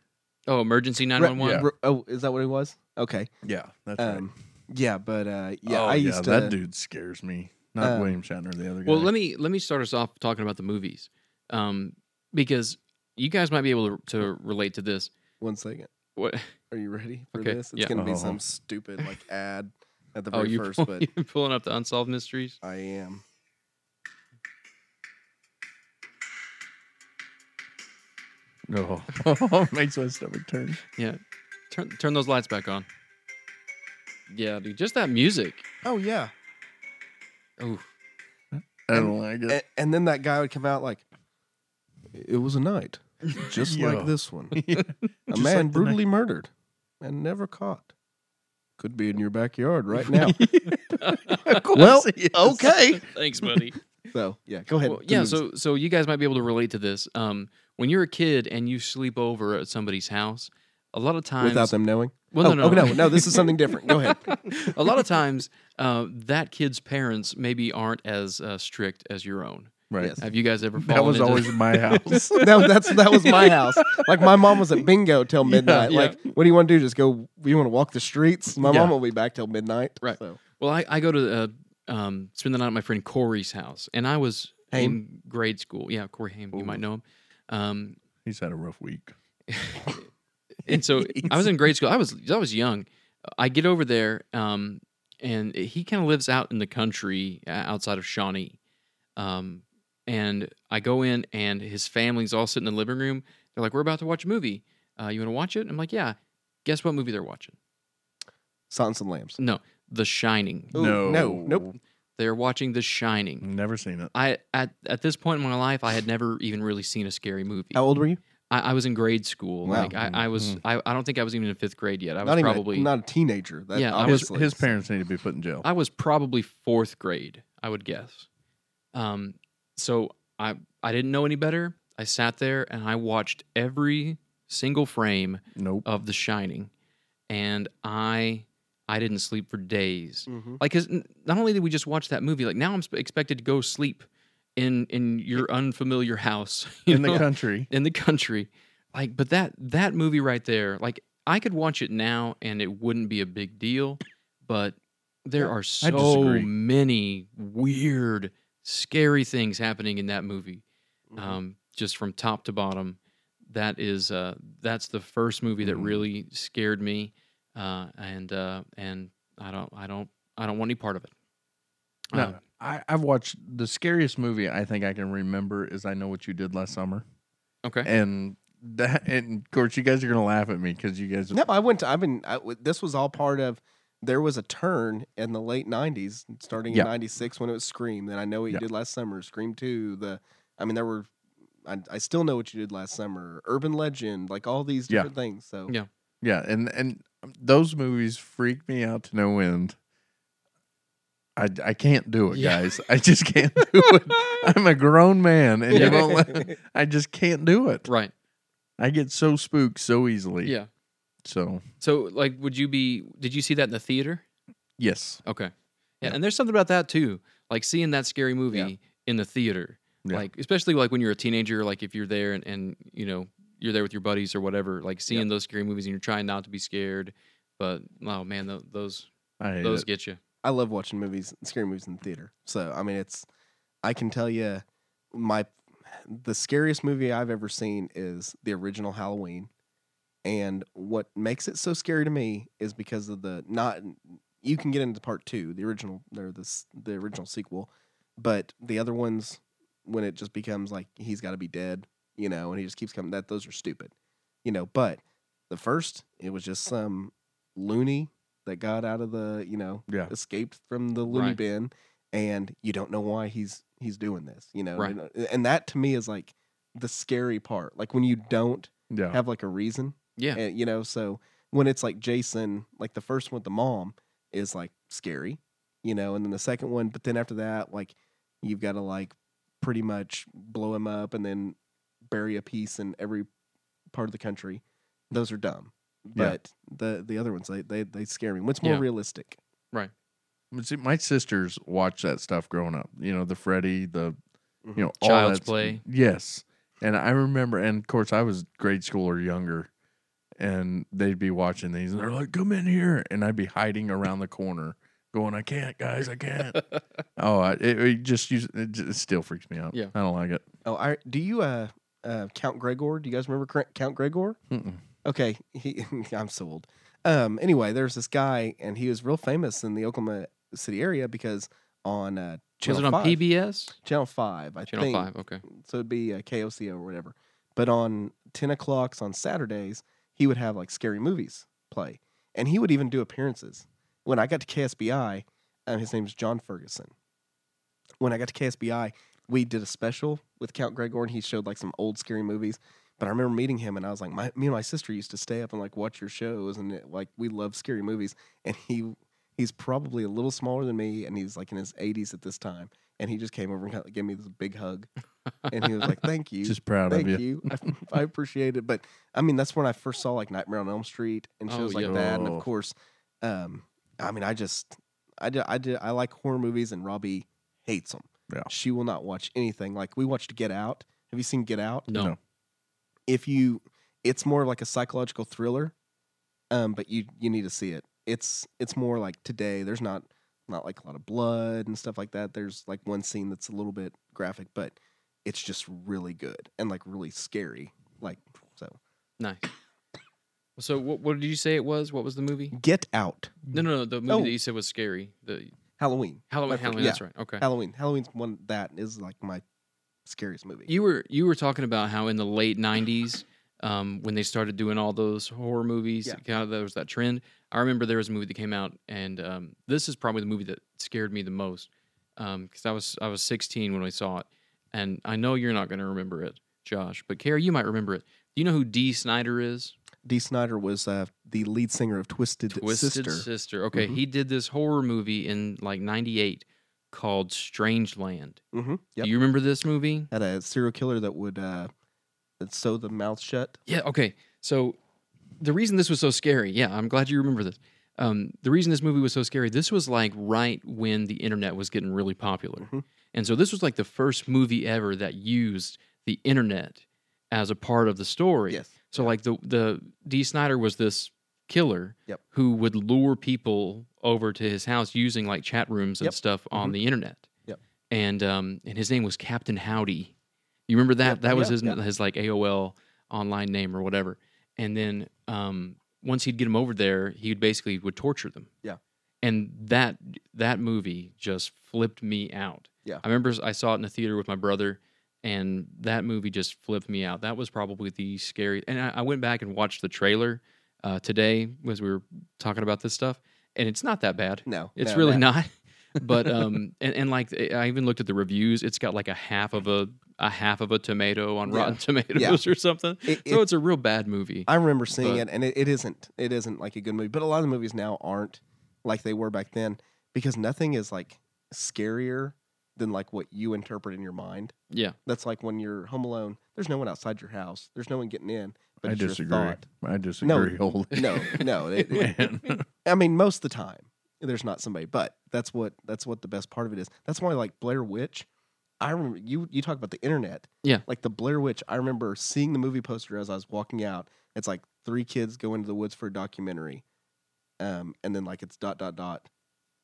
Speaker 2: Oh, emergency nine
Speaker 3: Re-
Speaker 2: one one.
Speaker 3: re- oh, is that what it was? Okay.
Speaker 1: Yeah, that's right.
Speaker 3: Um, yeah, but uh, yeah,
Speaker 1: Oh,
Speaker 3: I used to.
Speaker 1: that dude scares me. Not
Speaker 3: um,
Speaker 1: William Shatner, the other guy.
Speaker 2: Well, let me let me start us off talking about the movies, um, because you guys might be able to, to relate to this.
Speaker 3: One second.
Speaker 2: What?
Speaker 3: Are you ready for
Speaker 2: Okay,
Speaker 3: this? It's
Speaker 2: yeah. Uh-huh.
Speaker 3: gonna be
Speaker 1: Oh.
Speaker 3: some stupid
Speaker 2: (laughs)
Speaker 3: like ad at the
Speaker 2: Oh,
Speaker 3: very
Speaker 2: you
Speaker 3: first, but
Speaker 2: (laughs) you pulling up the unsolved (laughs) mysteries?
Speaker 3: I am.
Speaker 1: no, (laughs) oh, (laughs) makes my stomach turn.
Speaker 2: Yeah. Turn turn those lights back on. Yeah, dude. Just that music.
Speaker 3: Oh yeah.
Speaker 2: Oh,
Speaker 1: I don't like
Speaker 3: A-
Speaker 1: it.
Speaker 3: and then that guy would come out like, "It was
Speaker 2: (laughs)
Speaker 3: a night, just
Speaker 1: Yeah.
Speaker 3: like this one.
Speaker 1: Yeah. (laughs)
Speaker 3: A
Speaker 1: Just
Speaker 3: man
Speaker 1: like the
Speaker 3: brutally murdered and never caught. Could be in your
Speaker 2: (laughs)
Speaker 3: backyard (laughs)
Speaker 1: (laughs)
Speaker 3: right now." well, okay.
Speaker 2: thanks, buddy.
Speaker 3: So yeah, go ahead.
Speaker 2: Well,
Speaker 3: do
Speaker 2: yeah,
Speaker 3: this.
Speaker 2: so so you guys might be able to relate to this. Um, when you're a kid and you sleep over at somebody's house, a lot of times
Speaker 3: without them knowing.
Speaker 2: Well,
Speaker 3: oh,
Speaker 2: no, no,
Speaker 3: oh, no, no, this is something different. Go
Speaker 2: (laughs)
Speaker 3: ahead.
Speaker 2: a lot of times uh, that kid's parents maybe aren't as uh, strict as your own.
Speaker 1: Right.
Speaker 3: Yes.
Speaker 2: Have you guys ever? Fallen
Speaker 1: That was
Speaker 2: into-
Speaker 1: always
Speaker 2: (laughs)
Speaker 1: my house.
Speaker 3: (laughs) that, that's that was my house. Like my
Speaker 2: (laughs)
Speaker 3: mom was at bingo till midnight.
Speaker 2: yeah.
Speaker 3: Like, what do you want to do? Just go? You want to walk the streets? My
Speaker 1: Yeah.
Speaker 3: mom will be back till midnight.
Speaker 2: Right.
Speaker 3: So.
Speaker 2: Well, I, I go to uh, um, spend the night at my friend Corey's house, and I was in
Speaker 3: Haim?
Speaker 2: grade school. Yeah, Corey Haim, you
Speaker 1: Ooh.
Speaker 2: might know him. Um,
Speaker 1: He's had a rough week.
Speaker 2: and
Speaker 3: (laughs)
Speaker 2: so I was in grade school. I was I was young. I get over there, um, and he kind of lives out in the country uh, outside of Shawnee. Um, and I go in, and his family's all sitting in the living room. They're like, "We're about to watch a movie. Uh, you want to watch it?" I'm like, "Yeah." Guess what movie they're watching?
Speaker 3: Silence and Lambs.
Speaker 2: No, The Shining.
Speaker 3: Ooh, no, nope.
Speaker 2: They're watching The
Speaker 3: Mm.
Speaker 2: Shining.
Speaker 1: Never seen it.
Speaker 2: I at at this point in my life, I had never even really seen a scary movie.
Speaker 3: How old were you?
Speaker 2: I, I was in grade school.
Speaker 3: Wow. Mm-hmm.
Speaker 2: Like I, I was. I, I don't think I was even in fifth grade yet. I was
Speaker 3: not even a-
Speaker 2: probably
Speaker 3: not a teenager. That,
Speaker 2: Yeah, I
Speaker 1: His,
Speaker 3: obviously.
Speaker 1: his parents need to be put in jail.
Speaker 2: I was probably fourth grade, I would guess. Um, so I I didn't know any better. I sat there and I watched every single frame
Speaker 1: nope.
Speaker 2: of The Shining, and I I didn't sleep for days.
Speaker 3: Mm-hmm.
Speaker 2: Like, 'cause n not only did we just watch that movie, like now I'm sp- expected to go sleep in in your unfamiliar house (laughs) (laughs) you
Speaker 1: in
Speaker 2: know?
Speaker 1: the country.
Speaker 2: in the country. Like, but that that movie right there, like I could watch it now and it wouldn't be a big deal, but there are so
Speaker 1: disagree.
Speaker 2: many weird, scary things happening in that movie,
Speaker 1: Mm-hmm.
Speaker 3: Mm-hmm.
Speaker 2: um, just from top to bottom. That is uh, that's the first movie that
Speaker 1: Mhm.
Speaker 2: really scared me, uh, and uh, and I don't I don't I don't want any part of it.
Speaker 1: No,
Speaker 2: Um,
Speaker 1: I, I've watched the scariest movie I think I can remember is I Know What You Did Last Summer.
Speaker 2: okay.
Speaker 1: And that, and of course, you guys are going to laugh at me because you guys,
Speaker 3: No, I went to. I've been. I, w- this was all part of. There was a turn in the late '90s, starting
Speaker 1: Yeah.
Speaker 3: in '96 when it was Scream. Then I know what you
Speaker 1: Yeah.
Speaker 3: did last summer. Scream Two. The. I mean, there were. I, I still know what you did last summer. Urban Legend, like all these
Speaker 1: Yeah.
Speaker 3: different things. So
Speaker 2: Yeah.
Speaker 1: yeah. And, and those movies freak me out to no end. I, I can't do it,
Speaker 2: Yeah.
Speaker 1: guys. I just can't do
Speaker 2: (laughs)
Speaker 1: it. I'm a grown man and
Speaker 2: Yeah.
Speaker 1: you won't let, I just can't do it.
Speaker 2: Right.
Speaker 1: I get so spooked so easily.
Speaker 2: Yeah.
Speaker 1: So,
Speaker 2: So, like, would you be? Did you see that in the theater?
Speaker 1: yes.
Speaker 2: Okay. Yeah,
Speaker 1: Yeah.
Speaker 2: and there's something about that too. Like seeing that scary movie
Speaker 3: Yeah.
Speaker 2: in the theater.
Speaker 1: Yeah.
Speaker 2: Like especially like when you're a teenager, like if you're there and, and you know, you're there with your buddies or whatever, like seeing those scary movies and you're trying not to be scared, but oh man, tho- those
Speaker 1: I hate
Speaker 2: those
Speaker 1: it.
Speaker 2: get you.
Speaker 3: I love watching movies, scary movies in the theater. So I mean, it's. I can tell you, my the scariest movie I've ever seen is the original Halloween, and what makes it so scary to me is because of the not. You can get into part two, the original or the s- the original sequel, but the other ones when it just becomes like he's got to be dead, you know, and he just keeps coming. That those are stupid, you know. But the first, it was just some loony that got out of the you know
Speaker 1: Yeah.
Speaker 3: escaped from the loony
Speaker 2: Right.
Speaker 3: bin and you don't know why he's he's doing this you know
Speaker 2: Right.
Speaker 3: You know, and that to me is like the scary part like when you don't
Speaker 1: Yeah.
Speaker 3: have like a reason
Speaker 2: Yeah.
Speaker 3: and, you know so when it's like jason like the first one with the mom is like scary you know and then the second one but then after that like you've got to like pretty much blow him up and then bury a piece in every part of the country those are dumb
Speaker 1: Yeah.
Speaker 3: but the the other ones they they, they scare me what's more
Speaker 2: Yeah.
Speaker 3: realistic
Speaker 1: But See, my sisters watched that stuff growing up. You know, the Freddy, the you know, all
Speaker 2: Mm-hmm. Child's
Speaker 1: that-
Speaker 2: Play.
Speaker 1: Yes, and I remember, and of course, I was grade school or younger, and they'd be watching these, and they're like, "Come in here," and I'd be hiding around the corner, going, "I can't, guys, I
Speaker 2: (laughs)
Speaker 1: can't." oh, I, it, it just used, it just it still freaks me out.
Speaker 2: Yeah.
Speaker 1: I don't like it.
Speaker 3: Oh, I do you uh, uh Count Gregor? Do you guys remember Cra- Count Gregor?
Speaker 1: Mm-mm.
Speaker 3: Okay, (laughs) he, I'm sold. Um, anyway, there's this guy, and he was real famous in the Oklahoma City area because on uh,
Speaker 2: Was
Speaker 3: channel
Speaker 2: it on
Speaker 3: five,
Speaker 2: PBS?
Speaker 3: Channel Five, I
Speaker 2: Channel
Speaker 3: think.
Speaker 2: five, okay.
Speaker 3: So it'd be uh, KOCO or whatever. But on ten o'clocks on Saturdays, he would have like scary movies play, and he would even do appearances. When I got to KSBI, um, his name's John Ferguson. When I got to KSBI, we did a special with Count Gregor, and he showed like some old scary movies. But I remember meeting him, and I was like, my, me and my sister used to stay up and like watch your shows, and it, like we love scary movies. And he he's probably a little smaller than me, and he's like in his 80s at this time. And he just came over and kinda gave me this big hug, and he was like, "Thank you,
Speaker 1: (laughs) Just proud
Speaker 3: thank
Speaker 1: of you.
Speaker 3: you, I, I appreciate it." But I mean, that's when I first saw like Nightmare on Elm Street and
Speaker 2: Oh,
Speaker 3: shows like
Speaker 2: yeah.
Speaker 3: that, and
Speaker 1: Oh.
Speaker 3: of course, um, I mean, I just I did, I did I like horror movies, and Robbie hates them.
Speaker 1: Yeah.
Speaker 3: She will not watch anything. Like we watched Get Out. Have you seen Get Out?
Speaker 2: No.
Speaker 1: No.
Speaker 3: if you it's more like a psychological thriller um but you you need to see it it's it's more like today there's not not like a lot of blood and stuff like that there's like one scene that's a little bit graphic but it's just really good and like really scary like so
Speaker 2: Nice. So what what did you say it was? What was the movie?
Speaker 3: get out
Speaker 2: No, no, no. The movie
Speaker 3: Oh.
Speaker 2: that you said was scary. The
Speaker 3: halloween
Speaker 2: Halloween,
Speaker 3: Perfect.
Speaker 2: Halloween.
Speaker 3: Yeah.
Speaker 2: That's right. Okay.
Speaker 3: halloween halloween's one that is like my scariest movie
Speaker 2: You were you were talking about how in the late '90s, um, when they started doing all those horror movies,
Speaker 3: Yeah.
Speaker 2: kind of there was that trend. I remember there was a movie that came out, and um, this is probably the movie that scared me the most because I was I was 16 when I saw it, and I know you're not going to remember it, Josh, but Carrie, you might remember it. Do you know who D. Snyder is?
Speaker 3: d snyder was uh, the lead singer of twisted,
Speaker 2: Twisted
Speaker 3: sister,
Speaker 2: Sister. Okay,
Speaker 3: Mhm.
Speaker 2: he did this horror movie in like '98 called Strangeland.
Speaker 3: hmm yep.
Speaker 2: Do you remember this movie?
Speaker 3: had a serial killer that would uh that sew the mouth shut
Speaker 2: Yeah. Okay. So the reason this was so scary, yeah, I'm glad you remember this. um, the reason this movie was so scary, this was like right when the internet was getting really popular.
Speaker 3: Mhm.
Speaker 2: And so this was like the first movie ever that used the internet as a part of the story.
Speaker 3: Yes.
Speaker 2: So like the the D. Snyder was this killer
Speaker 3: Yep.
Speaker 2: who would lure people over to his house using like chat rooms and
Speaker 3: Yep.
Speaker 2: stuff on
Speaker 3: Mhm.
Speaker 2: the internet.
Speaker 3: Yep.
Speaker 2: And um and his name was Captain Howdy. You remember that?
Speaker 3: Yep,
Speaker 2: That was
Speaker 3: yep,
Speaker 2: his
Speaker 3: yep.
Speaker 2: his like AOL online name or whatever. And then um once he'd get them over there, he would basically would torture them.
Speaker 3: Yeah.
Speaker 2: And that that movie just flipped me out.
Speaker 3: Yeah.
Speaker 2: I remember I saw it in the theater with my brother, and that movie just flipped me out. That was probably the scary. And I, I went back and watched the trailer uh, today as we were talking about this stuff, and it's not that bad.
Speaker 3: No,
Speaker 2: It's
Speaker 3: no,
Speaker 2: really
Speaker 3: no. (laughs)
Speaker 2: not. But um, and, and like I even looked at the reviews. It's got like a half of a a half of a tomato on
Speaker 3: Yeah.
Speaker 2: Rotten Tomatoes or something.
Speaker 3: It-
Speaker 2: So
Speaker 3: it-
Speaker 2: it's a real bad movie.
Speaker 3: I remember seeing
Speaker 2: But-
Speaker 3: it, and it, it isn't. It isn't like a good movie. But a lot of the movies now aren't like they were back then because nothing is like scarier than like what you interpret in your mind.
Speaker 2: yeah.
Speaker 3: That's like when you're home alone. There's no one outside your house. There's no one getting in. But
Speaker 1: I
Speaker 3: it's your
Speaker 1: disagree.
Speaker 3: thought.
Speaker 1: I disagree wholly.
Speaker 3: No, no. (laughs) it- it-
Speaker 1: (laughs) Man.
Speaker 3: I mean, most of the time there's not somebody, but that's what that's what the best part of it is. That's why like Blair Witch, I remember you you talk about the internet.
Speaker 2: Yeah.
Speaker 3: Like the Blair Witch, I remember seeing the movie poster as I was walking out. It's like three kids go into the woods for a documentary. Um, and then like it's dot dot dot.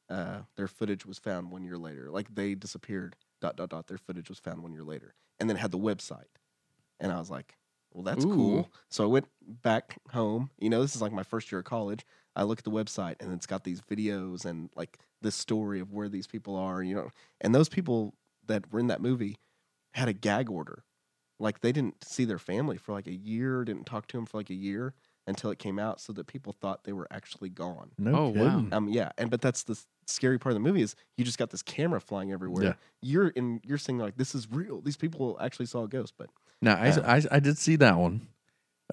Speaker 3: Uh, their footage was found one year later. Like they disappeared. Dot dot dot. Their footage was found one year later, and then it had the website. And I was like, well, that's
Speaker 2: Ooh.
Speaker 3: cool. So I went back home. You know, this is like my first year of college. I look at the website and it's got these videos and like this story of where these people are, you know. And those people that were in that movie had a gag order. Like they didn't see their family for like a year, didn't talk to them for like a year until it came out so that people thought they were actually gone.
Speaker 1: No
Speaker 2: Oh, wow.
Speaker 1: kidding.
Speaker 3: Um yeah, and but that's the s- scary part of the movie is you just got this camera flying everywhere.
Speaker 1: Yeah.
Speaker 3: You're in you're saying like this is real. These people actually saw a ghost, but
Speaker 1: Now I,
Speaker 3: Uh,
Speaker 1: I I did see that one.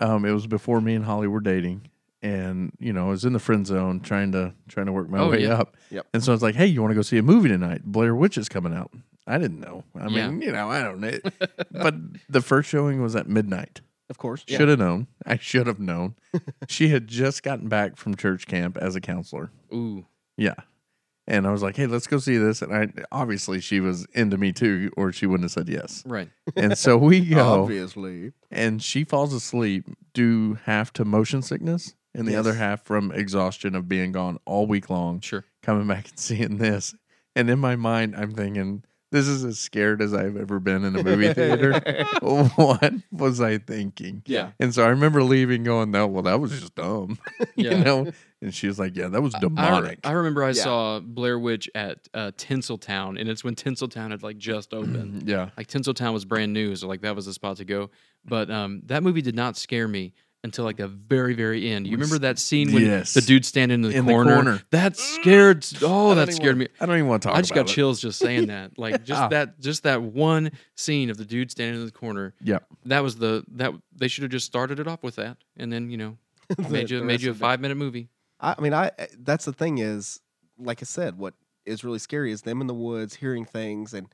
Speaker 1: Um, it was before me and Holly were dating, and you know I was in the friend zone trying to trying to work my
Speaker 2: Oh,
Speaker 1: way
Speaker 2: yeah.
Speaker 1: up.
Speaker 3: Yep.
Speaker 1: And so I was like, "Hey, you want to go see a movie tonight? Blair Witch is coming out." I didn't know. I
Speaker 2: Yeah.
Speaker 1: mean, you know, I don't know. but the first showing was at midnight.
Speaker 3: of course.
Speaker 1: Should have known. I should have
Speaker 2: (laughs)
Speaker 1: known. she had just gotten back from church camp as a counselor.
Speaker 2: Ooh.
Speaker 1: Yeah. And I was like, "Hey, let's go see this." And I obviously she was into me too, or she wouldn't have said yes.
Speaker 3: (laughs)
Speaker 2: Right.
Speaker 1: And so
Speaker 2: (laughs)
Speaker 1: we go
Speaker 3: Obviously.
Speaker 1: and she falls asleep due half to motion sickness and the
Speaker 3: Yes.
Speaker 1: other half from exhaustion of being gone all week long,
Speaker 2: Sure.
Speaker 1: coming back and (laughs) seeing this. And in my mind, I'm thinking, this is as scared as I've ever been in a
Speaker 2: (laughs)
Speaker 1: movie theater. (laughs)
Speaker 3: (laughs)
Speaker 1: what was I thinking?
Speaker 2: Yeah.
Speaker 1: And so I remember leaving going, no, well, that was just dumb, (laughs)
Speaker 2: Yeah.
Speaker 1: you know? And she was like, yeah, that was
Speaker 2: I,
Speaker 1: demonic.
Speaker 2: I remember I
Speaker 3: Yeah.
Speaker 2: saw Blair Witch at uh, Tinseltown, and it's when Tinseltown had like just opened.
Speaker 1: Mm-hmm. yeah.
Speaker 2: like Tinseltown was brand new, so like that was the spot to go. But um, that movie did not scare me until like the very, very end. You remember that scene when
Speaker 1: Yes.
Speaker 2: the dude standing in the,
Speaker 1: In the
Speaker 2: corner?
Speaker 1: corner.
Speaker 2: That scared. Oh,
Speaker 1: I
Speaker 2: that
Speaker 1: don't
Speaker 2: scared
Speaker 1: even-
Speaker 2: me.
Speaker 1: I don't even want to talk
Speaker 2: I just
Speaker 1: about it.
Speaker 2: got
Speaker 1: Ah.
Speaker 2: chills
Speaker 1: (laughs)
Speaker 2: just saying that. Like just
Speaker 1: Yeah.
Speaker 2: that, just that one scene of the dude standing in the corner.
Speaker 1: Yeah.
Speaker 2: That was the that they should have just started it off with that, and then
Speaker 1: (laughs)
Speaker 2: you know made you
Speaker 3: The
Speaker 2: made
Speaker 3: rest
Speaker 2: you a
Speaker 3: (laughs) of it.
Speaker 2: five minute movie.
Speaker 3: I, I mean, I that's the thing is, like I said, what is really scary is them in the woods hearing things, and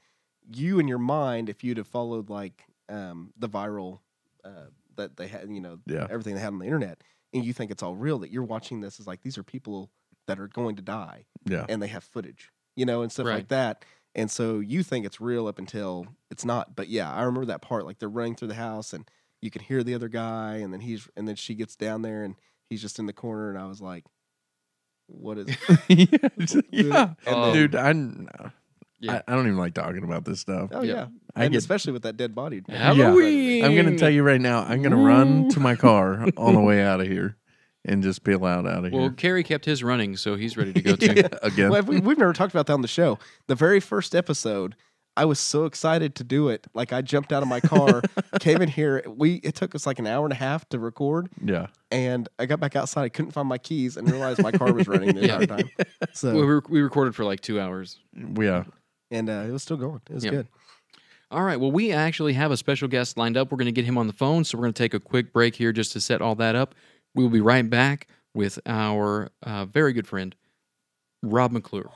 Speaker 3: you in your mind, if you'd have followed like um, the viral uh, that they had, you know,
Speaker 1: Yeah.
Speaker 3: everything they had on the internet, and you think it's all real, that you're watching this is like these are people that are going to die,
Speaker 1: Yeah.
Speaker 3: and they have footage, you know, and stuff
Speaker 2: Right.
Speaker 3: like that. And so you think it's real up until it's not. But yeah, I remember that part. Like they're running through the house and you can hear the other guy and then he's and then she gets down there and he's just in the corner and I was like, What is
Speaker 1: (laughs) yeah.
Speaker 2: Oh.
Speaker 1: Dude, I, no.
Speaker 2: Yeah.
Speaker 1: I, I don't even like talking about this stuff.
Speaker 3: Oh
Speaker 2: Yeah.
Speaker 3: yeah.
Speaker 1: I
Speaker 3: and
Speaker 1: get
Speaker 3: especially with that dead body.
Speaker 2: Halloween.
Speaker 1: I'm gonna tell you right now. I'm gonna run to my
Speaker 5: (laughs)
Speaker 1: car on the way out of here and just peel out out of
Speaker 2: Well,
Speaker 1: here
Speaker 2: Carrie kept his running, so he's
Speaker 1: (laughs)
Speaker 2: ready to go too.
Speaker 1: Yeah, again.
Speaker 3: Well, we, we've never talked about that on the show. The very first episode, I was so excited to do it. Like I jumped out of
Speaker 2: (laughs)
Speaker 3: my car, came in here. We it took us like an hour and a half to record.
Speaker 1: yeah,
Speaker 3: and I got back outside. I couldn't find my keys and realized my car was running the
Speaker 2: (laughs) Yeah.
Speaker 3: entire time. So
Speaker 2: We, rec- we recorded for like two hours.
Speaker 5: (laughs)
Speaker 1: yeah.
Speaker 3: and uh, it was still going. It was
Speaker 2: Yeah.
Speaker 3: good.
Speaker 2: All right. Well, we actually have a special guest lined up. We're going to get him on the phone. So we're going to take a quick break here just to set all that up. We'll be right back with our uh, very good friend, Rob McClure.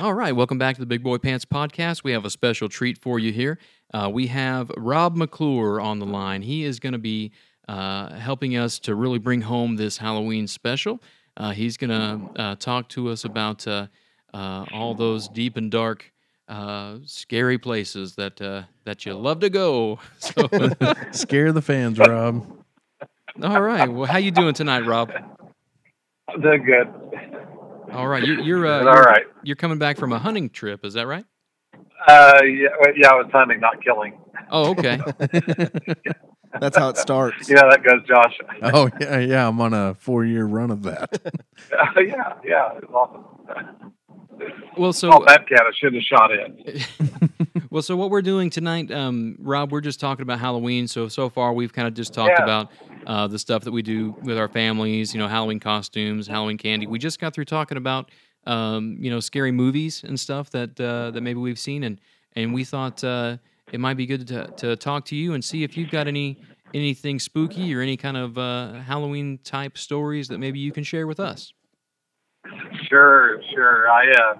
Speaker 2: All right, welcome back to the Big Boy Pants podcast. We have a special treat for you here. Uh, we have Rob McClure on the line. He is going to be uh, helping us to really bring home this Halloween special. Uh, he's going to uh, talk to us about uh, uh, all those deep and dark, uh, scary places that uh, that you love to go. (laughs) So,
Speaker 1: Scare the fans, Rob.
Speaker 2: all right, well, how you doing tonight, Rob?
Speaker 5: I'm doing good.
Speaker 2: All right, you're you're, uh,
Speaker 5: It's
Speaker 2: you're
Speaker 5: all right.
Speaker 2: you're coming back from a hunting trip, is that right?
Speaker 5: Uh, yeah, well, yeah, I was hunting, not killing.
Speaker 2: Oh, okay.
Speaker 3: That's how it starts.
Speaker 5: You know how that goes, Josh.
Speaker 1: Oh yeah, yeah. I'm on a four year run of that. (laughs)
Speaker 5: (laughs) yeah, yeah, it was awesome.
Speaker 2: Well, so
Speaker 5: Oh, that cat, I should have shot it.
Speaker 2: Well, so what we're doing tonight, um, Rob, we're just talking about Halloween. So so far, we've kind of just talked
Speaker 5: Yeah.
Speaker 2: about uh, the stuff that we do with our families. You know, Halloween costumes, Halloween candy. We just got through talking about um, you know scary movies and stuff that uh, that maybe we've seen, and and we thought uh, it might be good to to talk to you and see if you've got any anything spooky or any kind of uh, Halloween type stories that maybe you can share with us.
Speaker 5: Sure, sure. I uh,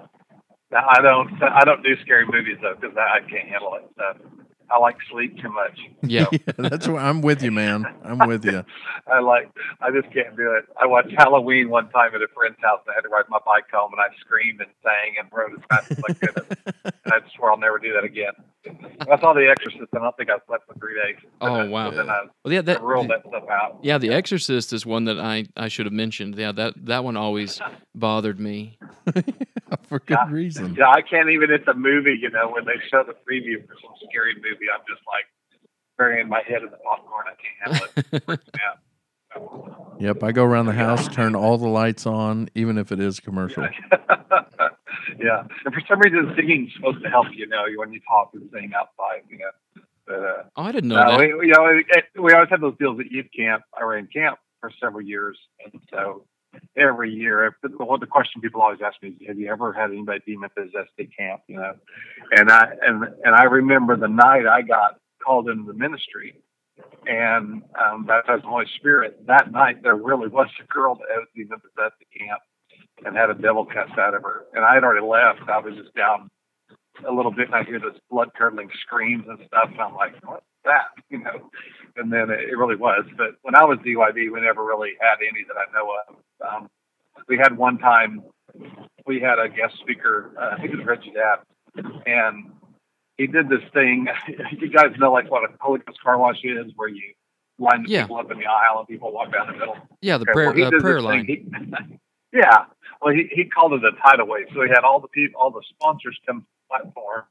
Speaker 5: now, I don't, I don't do scary movies though because I, I can't handle it. So I like sleep too much.
Speaker 2: Yeah.
Speaker 1: Yeah, that's why I'm with you, man. I'm with you. (laughs)
Speaker 5: I like, I just can't do it. I watched Halloween one time at a friend's house. And I had to ride my bike home, and I screamed and sang and rode as fast as I could.
Speaker 2: (laughs)
Speaker 5: and I swear I'll never do that again. I saw The Exorcist, and I don't think I slept for three days.
Speaker 2: Oh, wow.
Speaker 5: And then I
Speaker 2: Well, yeah, that,
Speaker 5: ruled that stuff out.
Speaker 2: Yeah, The Exorcist is one that I, I should have mentioned. Yeah, that, that one always
Speaker 5: (laughs)
Speaker 2: bothered me.
Speaker 1: For good reason.
Speaker 5: Yeah, I can't even. It's a movie, you know, when they show the preview for some scary movie, I'm just like burying my head in the popcorn. I can't handle it.
Speaker 2: (laughs)
Speaker 1: Yep. I go around the house, turn all the lights on, even if it is commercial.
Speaker 5: (laughs) yeah, and for some reason, singing's supposed to help you know when you talk and sing outside, you know. But uh,
Speaker 2: Oh, I didn't know
Speaker 5: no,
Speaker 2: that.
Speaker 5: we, we, you know, it, we always had those deals at youth camp. I ran camp for several years, and so every year, the, well, the question people always ask me is, "Have you ever had anybody demon possessed at camp?" You know, and I and and I remember the night I got called into the ministry and um, baptized in the Holy Spirit. That night, there really was a girl that was demon possessed at camp and had a devil cast out of her, and I had already left. I was just down a little bit, and I hear those blood curdling screams and stuff, and I'm like, "What's that?" You know. And then it, it really was. But when I was DYB, we never really had any that I know of. Um, we had one time, we had a guest speaker. Uh, I think it was Reggie Dapp, and he did this thing. (laughs) you guys know like what a Holy Ghost car wash is, where you line the
Speaker 2: Yeah.
Speaker 5: people up in the aisle and people walk down the middle.
Speaker 2: Yeah, the
Speaker 5: Okay,
Speaker 2: prayer
Speaker 5: well, he
Speaker 2: uh,
Speaker 5: did
Speaker 2: prayer
Speaker 5: this
Speaker 2: line.
Speaker 5: thing. He- (laughs) yeah. Well, he, he called it a tidal wave. So he had all the people, all the sponsors come to the platform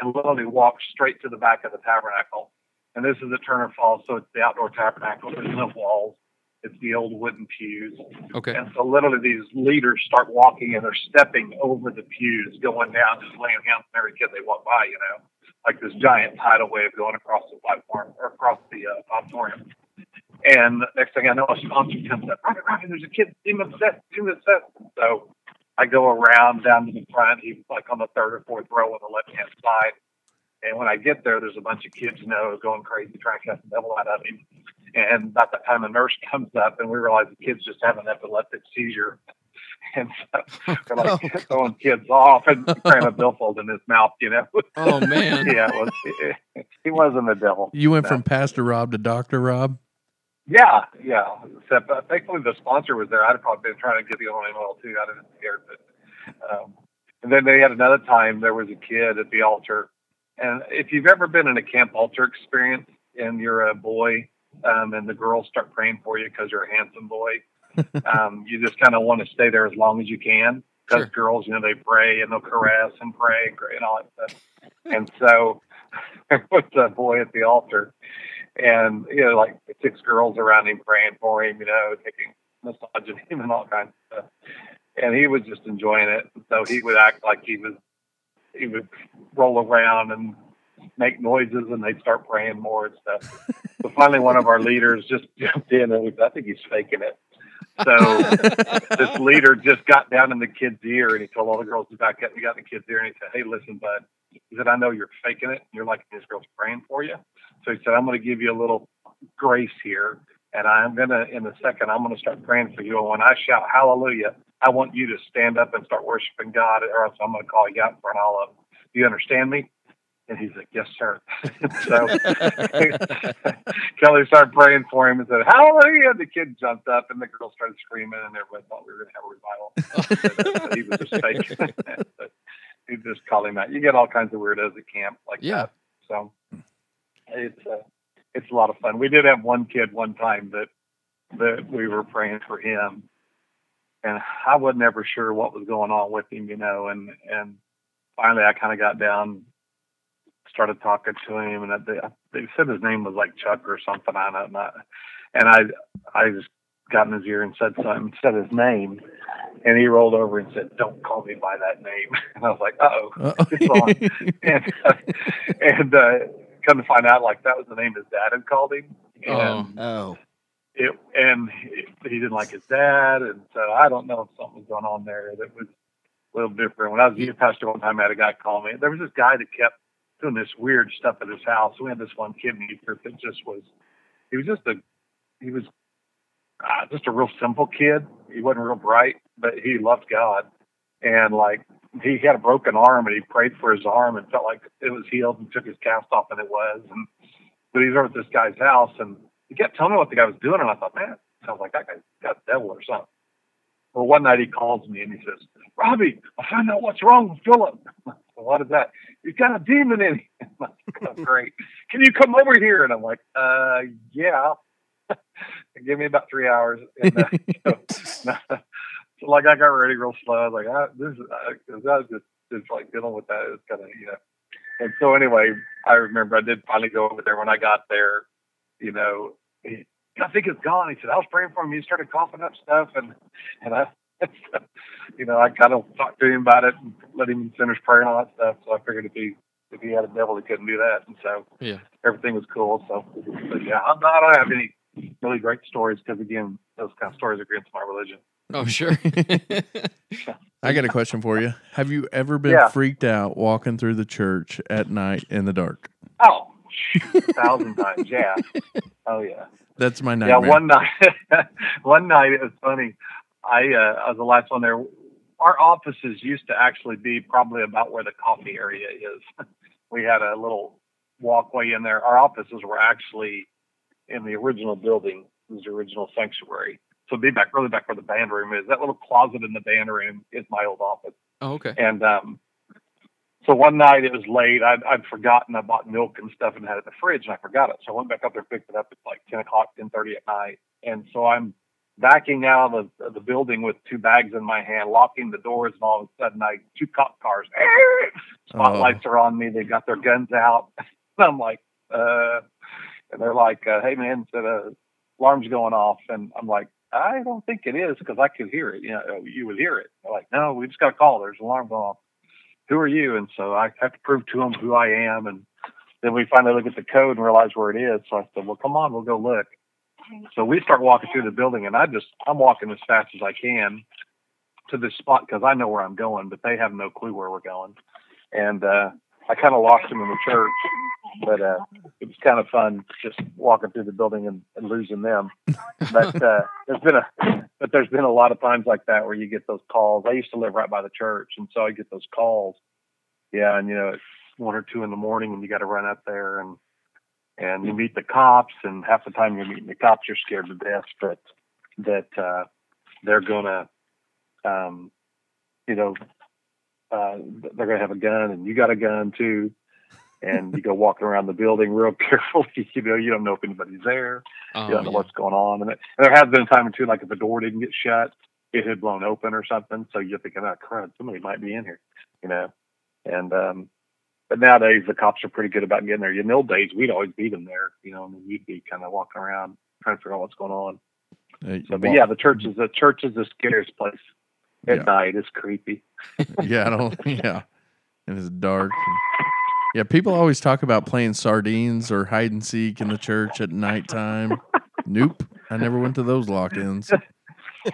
Speaker 5: and literally walk straight to the back of the tabernacle. And this is at Turner Falls, so it's the outdoor tabernacle. There's no walls. It's the old wooden pews.
Speaker 2: Okay.
Speaker 5: And so literally these leaders start walking and they're stepping over the pews, going down, just laying hands on every kid they walk by, you know, like this giant tidal wave going across the platform or across the uh, auditorium. And the next thing I know, a sponsor comes up, Rocket, Rocket, there's a kid, demon obsessed, demon obsessed. So I go around down to the front. He's like on the third or fourth row on the left hand side. And when I get there, there's a bunch of kids, you know, going crazy, trying to catch the devil out of him. And about that time, a nurse comes up, and we realize the kid's just having an epileptic seizure. (laughs) And so we're like throwing kids off and (laughs) cramming a billfold in his mouth, you know. (laughs)
Speaker 2: Oh man.
Speaker 5: yeah, it was, (laughs) he wasn't the devil.
Speaker 1: You went from Pastor Rob to Doctor Rob.
Speaker 5: Yeah, yeah. Except uh, thankfully the sponsor was there. I'd have probably been trying to get the only oil too. I'd have been scared, but um, and then they had another time. There was a kid at the altar, and if you've ever been in a camp altar experience and you're a boy, um, and the girls start praying for you because you're a handsome boy, um, you just kind of want to stay there as long as you can because
Speaker 2: Sure.
Speaker 5: girls, you know, they pray and they'll caress and pray and, cra- and all that stuff. and so (laughs) there was a boy at the altar and you know, like six girls around him praying for him, you know, taking massaging him (laughs) and all kinds of stuff. And he was just enjoying it. So he would act like he was he would roll around and make noises and they'd start praying more and stuff. So finally one of our leaders just (laughs) jumped in and was, I think he's faking it. So this leader just got down in the kid's ear and he told all the girls to back up. He got in the kid's ear and he said, Hey, listen, bud. He said, I know you're faking it. You're like this girl's praying for you. So he said, I'm going to give you a little grace here. And I'm gonna in a second I'm gonna start praying for you. And when I shout hallelujah, I want you to stand up and start worshiping God, or else I'm gonna call you out in front of all of them. Do you understand me? And he's like, Yes, sir. (laughs) so Kelly started praying for him and said, Hallelujah. The kid jumped up and the girl started screaming and everyone thought we were gonna have a revival. But he was just faking it. (laughs) But You just call him out. You get all kinds of weirdos at camp like
Speaker 2: Yeah.
Speaker 5: that. So it's uh, it's a lot of fun. We did have one kid one time that that we were praying for him, and I wasn't ever sure what was going on with him, you know. And and finally, I kind of got down, started talking to him, and they, they said his name was like Chuck or something. I don't know. And I I just got in his ear and said something, said his name, and he rolled over and said, "Don't call me by that name." (laughs) And I was like, "Oh." It's
Speaker 1: (laughs)
Speaker 5: on. (laughs) and uh, and uh, come to find out, like that was the name his dad had called him, and
Speaker 2: Oh. (laughs)
Speaker 3: Oh,
Speaker 5: it and he- he didn't like his dad, and so I don't know if something was going on there that was a little different. When I was a youth pastor one time, I had a guy call me. There was this guy that kept doing this weird stuff at his house. We had this one kid in youth group that just was he was just a he was uh, just a real simple kid. He wasn't real bright, but he loved God, and like he had a broken arm, and he prayed for his arm and felt like it was healed, and took his cast off, and it was. And but he was over at this guy's house, and he kept telling me what the guy was doing, and I thought, man, sounds like that guy's got the devil or something. Well, one night he calls me and he says, Robbie, I found out what's wrong with Philip. (laughs) what is that? He's got a demon in him. (laughs) I'm like, "Oh, great. Can you come over here? And I'm like, uh, yeah. (laughs) Give me about three hours. And, uh, so, so, (laughs) like I got ready real slow. I was like, I, this is, I, 'cause I was just, just like dealing with that. It's kind of, you know. And so anyway, I remember I did finally go over there when I got there, you know, he, I think it's gone. He said, I was praying for him. He started coughing up stuff. And, and I, (laughs) you know, I kind of talked to him about it and let him finish prayer and all that stuff. So I figured if he, if he had a devil, he couldn't do that. And so
Speaker 2: Yeah.
Speaker 5: everything was cool. So, but yeah, I'm not, I don't have any really great stories because again, those kind of stories are against my religion.
Speaker 2: Oh, sure. (laughs)
Speaker 1: I got a question for you. Have you ever been
Speaker 5: Yeah.
Speaker 1: freaked out walking through the church at night in the dark?
Speaker 5: Oh, a thousand times. Yeah. Oh yeah.
Speaker 1: That's my nightmare.
Speaker 5: Yeah, one night, (laughs) one night it was funny. I, uh, I was the last one there. Our offices used to actually be probably about where the coffee area is. (laughs) we had a little walkway in there. Our offices were actually in the original building, it was the original sanctuary. So it'd be back really back where the band room is. That little closet in the band room is my old office.
Speaker 2: oh, okay.
Speaker 5: And um, so one night it was late. I'd, I'd forgotten I bought milk and stuff and had it in the fridge, and I forgot it. So I went back up there, and picked it up at like ten o'clock, ten thirty at night. And so I'm backing out of the, of the building with two bags in my hand, locking the doors, and all of a sudden, I two cop cars, (laughs) spotlights are on me. They got their guns out. (laughs) and I'm like, uh, and they're like, uh, "Hey man, so the alarm's going off," and I'm like. I don't think it is because I could hear it. You know, you would hear it. They're like, no, we just got a call. There's an alarm going off. Who are you? And so I have to prove to them who I am. And then we finally look at the code and realize where it is. So I said, well, come on, we'll go look. So we start walking through the building, and I just I'm walking as fast as I can to this spot because I know where I'm going, but they have no clue where we're going. And uh, I kind of lost them in the church, but uh, it was kind of fun just walking through the building and, and losing them. But uh, there's been a but there's been a lot of times like that where you get those calls. I used to live right by the church, and so I get those calls. Yeah, and you know it's one or two in the morning, and you got to run up there and and you meet the cops and half the time you're meeting the cops you're scared to death that that uh they're gonna um you know uh they're gonna have a gun and you got a gun too and you go walking around the building real (laughs) carefully you know you don't know if anybody's there
Speaker 2: Oh,
Speaker 5: (laughs) you don't know
Speaker 2: yeah.
Speaker 5: what's going on. And, it, and there has been a time or two, like if the door didn't get shut, it had blown open or something. So you're thinking, oh, crud, somebody might be in here, you know? And, um, but nowadays the cops are pretty good about getting there. In the old days, we'd always beat them there, you know, and you'd be kind of walking around trying to figure out what's going on.
Speaker 1: Uh,
Speaker 5: So, but yeah, the church is the church is the scariest place at
Speaker 1: Yeah.
Speaker 5: night. It's creepy.
Speaker 1: (laughs) yeah, I don't. Yeah, and it's dark. and- yeah, people always talk about playing sardines or hide and seek in the church at nighttime. nope, I never went to those lock-ins.
Speaker 5: (laughs)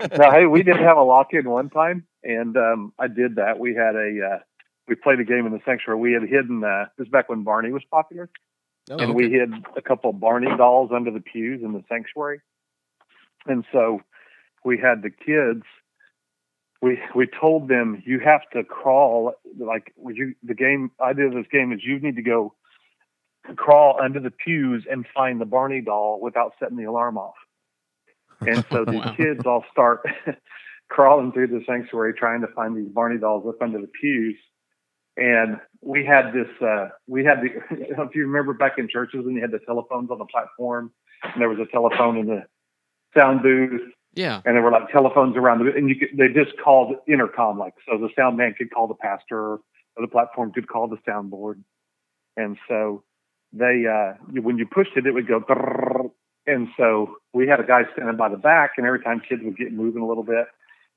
Speaker 1: Oh,
Speaker 5: now, hey, we did have a lock in one time, and um, I did that. We had a uh, we played a game in the sanctuary. We had hidden uh, this is back when Barney was popular.
Speaker 3: Oh,
Speaker 5: and
Speaker 3: okay.
Speaker 5: we hid a couple Barney dolls under the pews in the sanctuary. And so we had the kids. We we told them you have to crawl like would you the game idea of this game is you need to go crawl under the pews and find the Barney doll without setting the alarm off. And
Speaker 3: (laughs)
Speaker 5: so the
Speaker 2: Wow.
Speaker 5: kids all start (laughs) crawling through the sanctuary trying to find these Barney dolls up under the pews. And we had this, uh, we had the, (laughs) if you remember back in churches when you had the telephones on the platform and there was a telephone in the sound booth
Speaker 2: Yeah.
Speaker 5: and there were like telephones around the, and you could, they just called intercom, like, so the sound man could call the pastor or the platform could call the soundboard. And so they, uh, you- when you pushed it, it would go, brrrr. and so we had a guy standing by the back and every time kids would get moving a little bit,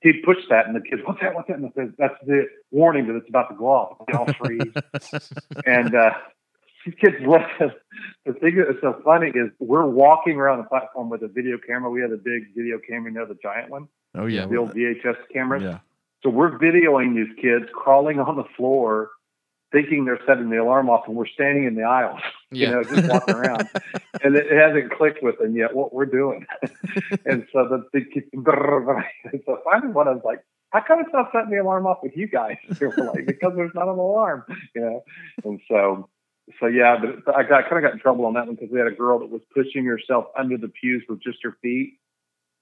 Speaker 5: he'd push that and the kids, what's that? What's that? And I said, that's the warning that it's about to go off. They all
Speaker 1: (laughs)
Speaker 5: freeze and uh, these kids love the thing that's so funny is we're walking around the platform with a video camera. We had a big video camera, you know, the giant one,
Speaker 1: Oh yeah.
Speaker 5: the old VHS camera.
Speaker 1: Yeah.
Speaker 5: So we're videoing these kids crawling on the floor, thinking they're setting the alarm off, and we're standing in the aisle,
Speaker 2: Yeah.
Speaker 5: you know, just walking around. And it, it hasn't clicked with them yet what we're doing. (laughs) and so the, the kids, and so finally one of them's like, how come it's not setting the alarm off with you guys? (laughs) They were like, because there's not an alarm, you know? And so, so yeah, but I, got, I kind of got in trouble on that one because we had a girl that was pushing herself under the pews with just her feet.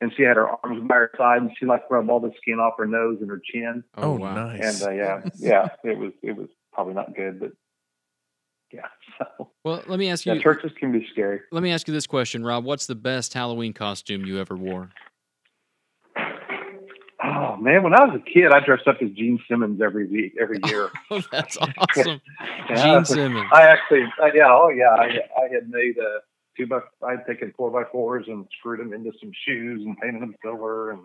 Speaker 5: And she had her arms by her side and she like rubbed all the skin off her nose and her chin.
Speaker 1: Oh,
Speaker 2: wow.
Speaker 1: nice.
Speaker 5: And uh, yeah, yeah, it was, it was probably not good, but yeah. (laughs) So
Speaker 2: Well, let me ask
Speaker 5: yeah,
Speaker 2: you.
Speaker 5: churches can be scary.
Speaker 2: Let me ask you this question, Rob. What's the best Halloween costume you ever wore? (laughs)
Speaker 5: Oh man, when I was a kid, I dressed up as Gene Simmons every week, every year.
Speaker 2: Oh,
Speaker 5: (laughs)
Speaker 2: that's awesome.
Speaker 5: Yeah,
Speaker 2: Gene
Speaker 5: that's-
Speaker 2: Simmons.
Speaker 5: I actually, I, yeah, oh yeah, I, I had made uh two by, I had taken four by fours and screwed them into some shoes and painted them silver, and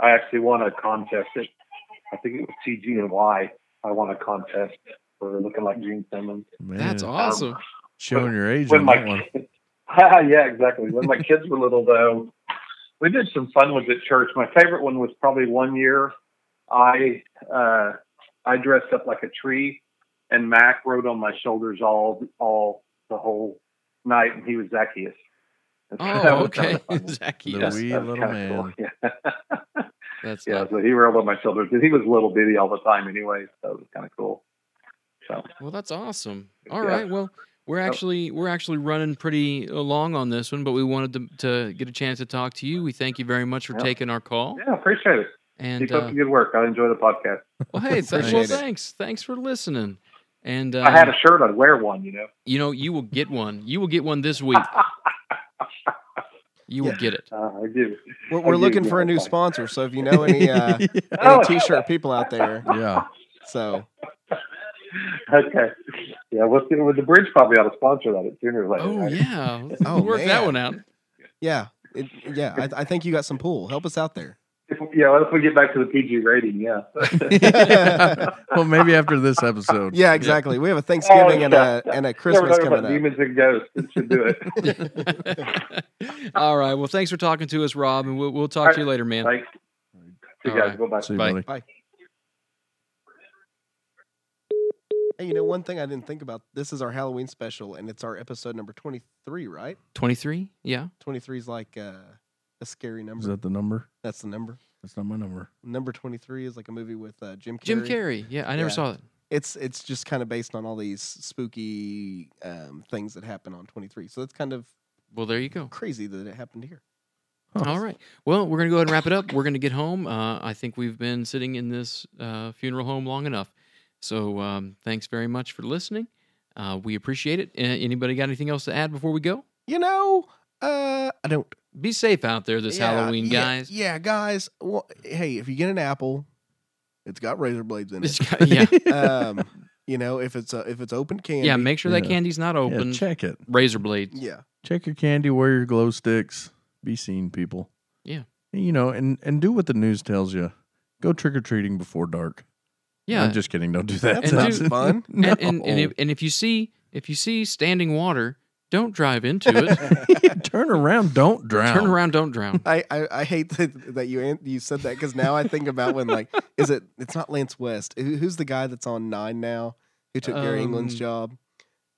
Speaker 5: I actually won a contest. At, I think it was TG and Y. I won a contest for looking like Gene Simmons.
Speaker 1: Man,
Speaker 2: That's
Speaker 5: Um, (laughs)
Speaker 2: awesome.
Speaker 1: Showing your age
Speaker 5: When
Speaker 1: on
Speaker 5: my
Speaker 1: that one.
Speaker 5: (laughs) yeah, exactly. When my kids were little, though, we did some fun ones at church. My favorite one was probably one year I uh, I dressed up like a tree, and Mac rode on my shoulders all all the whole night, and he was Zacchaeus. And so (laughs) that
Speaker 2: Oh,
Speaker 5: was
Speaker 2: okay. (laughs)
Speaker 5: kinda fun.
Speaker 1: The
Speaker 2: Zacchaeus.
Speaker 1: wee
Speaker 5: That was
Speaker 1: little
Speaker 5: kinda
Speaker 1: man.
Speaker 5: cool. (laughs) Yeah.
Speaker 2: That's
Speaker 5: yeah,
Speaker 2: not-
Speaker 5: so he rode on my shoulders. He was little bitty all the time, anyway. So it was kind of cool. So
Speaker 2: well. That's awesome. All
Speaker 5: Yeah. Oh.
Speaker 2: right. Well, we're actually we're actually running pretty uh, long on this one, but we wanted to, to get a chance to talk to you. We thank you very much for
Speaker 5: Yeah.
Speaker 2: taking our call.
Speaker 5: yeah, appreciate it.
Speaker 2: And
Speaker 5: Keep up
Speaker 2: uh,
Speaker 5: the good work. I enjoy the podcast.
Speaker 2: well,
Speaker 5: (laughs)
Speaker 2: hey, th- well,
Speaker 3: Appreciate it.
Speaker 2: thanks, thanks for listening. And uh,
Speaker 5: I had a shirt. I'd wear one. You know.
Speaker 2: you know, you will get one. You will get one this
Speaker 5: (laughs)
Speaker 2: week. You will
Speaker 3: Yeah.
Speaker 2: get it.
Speaker 5: Uh, I do.
Speaker 3: We're, we're
Speaker 5: I do,
Speaker 3: looking
Speaker 5: yeah,
Speaker 3: for a new
Speaker 5: okay.
Speaker 3: sponsor, so if you know any
Speaker 2: (laughs)
Speaker 3: uh,
Speaker 5: Oh,
Speaker 3: any t-shirt people out there,
Speaker 1: (laughs) yeah. (laughs)
Speaker 3: so
Speaker 5: okay. Yeah, well, see, well, the bridge probably ought to sponsor that sooner or later.
Speaker 2: Oh
Speaker 3: (laughs)
Speaker 5: right?
Speaker 2: yeah,
Speaker 3: Oh,
Speaker 2: we'll work that
Speaker 3: man.
Speaker 2: one out.
Speaker 3: yeah, it, yeah, I, I think you got some pool. Help us out
Speaker 5: (laughs)
Speaker 3: there.
Speaker 5: If, yeah, well, if we get back to the PG rating, yeah.
Speaker 1: well, maybe after this episode.
Speaker 3: Yeah, exactly. We have a Thanksgiving
Speaker 5: Oh,
Speaker 3: and a
Speaker 5: yeah.
Speaker 3: and a
Speaker 5: Yeah, we're
Speaker 3: Christmas
Speaker 5: talking
Speaker 3: coming up.
Speaker 5: about demons and ghosts. It should do
Speaker 2: (laughs)
Speaker 5: it.
Speaker 3: (laughs)
Speaker 2: All right. Well, thanks for talking to us, Rob, and we'll, we'll talk to you later, man.
Speaker 5: like, see you
Speaker 2: All
Speaker 5: guys.
Speaker 2: right.
Speaker 5: Go back.
Speaker 1: See, you,
Speaker 2: Bye.
Speaker 1: buddy.
Speaker 3: Hey, you know one thing I didn't think about. This is our Halloween special, and it's our episode number twenty three, right?
Speaker 2: Twenty-three. Yeah.
Speaker 3: Twenty three is like uh, a scary
Speaker 1: Is
Speaker 3: number.
Speaker 1: that the number?
Speaker 3: That's the number.
Speaker 1: That's not my number.
Speaker 3: Number twenty three is like a movie with uh, Jim Carrey.
Speaker 2: Jim Carrey. Yeah, I never
Speaker 3: Yeah.
Speaker 2: saw it.
Speaker 3: It's it's just kind of based on all these spooky um, things that happen on twenty three. So it's kind of
Speaker 2: Well, there you go.
Speaker 3: crazy that it happened here.
Speaker 2: All right. Well, we're gonna go ahead and wrap it up. We're gonna get home. Uh, I think we've been sitting in this uh, funeral home long enough. So um, thanks very much for listening. Uh, we appreciate it. Uh, anybody got anything else to add before we go?
Speaker 3: You know, uh, I don't.
Speaker 2: Be safe out there this
Speaker 3: Yeah,
Speaker 2: Halloween,
Speaker 3: yeah,
Speaker 2: guys.
Speaker 3: Yeah, guys. Well, hey, if you get an apple, it's got razor blades in
Speaker 2: (laughs) It's
Speaker 3: it.
Speaker 2: got- Uh,
Speaker 3: (laughs)
Speaker 1: (laughs)
Speaker 2: yeah,
Speaker 3: um, you know, if it's a, if it's open candy.
Speaker 2: yeah. Make sure that
Speaker 1: Yeah.
Speaker 2: candy's not
Speaker 1: Yeah,
Speaker 2: open.
Speaker 1: check it.
Speaker 2: Razor blade.
Speaker 3: yeah.
Speaker 1: Check your candy. Wear your glow sticks. Be seen, people.
Speaker 2: Yeah.
Speaker 1: You know, and and do what the news tells you. Go trick or treating before dark.
Speaker 2: Yeah.
Speaker 1: I'm just kidding. Don't do that. (laughs)
Speaker 3: That
Speaker 2: And
Speaker 3: sounds
Speaker 2: dude-
Speaker 3: fun.
Speaker 1: No.
Speaker 2: and, and, and, if, and if you see if you see standing water, don't drive into it.
Speaker 1: turn around. Don't (laughs) drown.
Speaker 2: Turn around, don't drown.
Speaker 3: I, I, I hate (laughs) that, that you an- you said that because now I think about when like is it it's not Lance West Who- who's the guy that's on Nine now who took Gary England's
Speaker 2: Um,
Speaker 3: job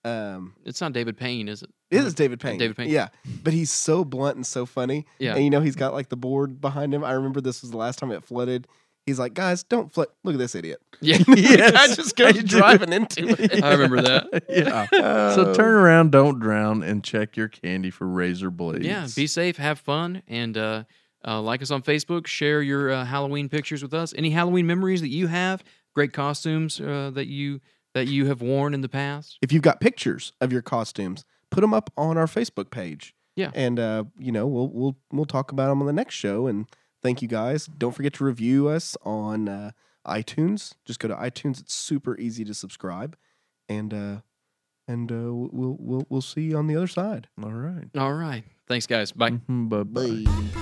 Speaker 3: Um,
Speaker 2: It's not David Payne, is
Speaker 1: (laughs)
Speaker 2: it?
Speaker 3: it is David Payne.
Speaker 2: uh, David Payne.
Speaker 3: Yeah, but he's so blunt and so funny.
Speaker 2: Yeah.
Speaker 3: And you know he's got like the board behind him. I remember this was the last time it flooded. He's like, guys, don't flood. Look at this idiot.
Speaker 2: Yeah. (laughs)
Speaker 3: I
Speaker 1: Yes,
Speaker 3: just (laughs)
Speaker 1: I
Speaker 3: go
Speaker 1: do.
Speaker 3: driving into it.
Speaker 2: I remember that.
Speaker 1: (laughs)
Speaker 3: (laughs)
Speaker 1: yeah.
Speaker 2: Uh,
Speaker 1: So turn around, don't drown, and check your candy for razor blades.
Speaker 2: Yeah. Be safe. Have fun. And uh, uh, like us on Facebook. Share your uh, Halloween pictures with us. Any Halloween memories that you have? Great costumes uh, that you that you have worn in the past.
Speaker 3: If you've got pictures of your costumes, put them up on our Facebook page.
Speaker 2: Yeah.
Speaker 3: And uh, you know we'll we'll we'll talk about them on the next show. And thank you guys. Don't forget to review us on uh, iTunes. Just go to iTunes. It's super easy to subscribe. And uh, and uh, we'll we'll we'll see you on the other side.
Speaker 1: All right.
Speaker 2: All right. Thanks, guys. Bye.
Speaker 1: Mhm, bye-bye.
Speaker 3: Bye.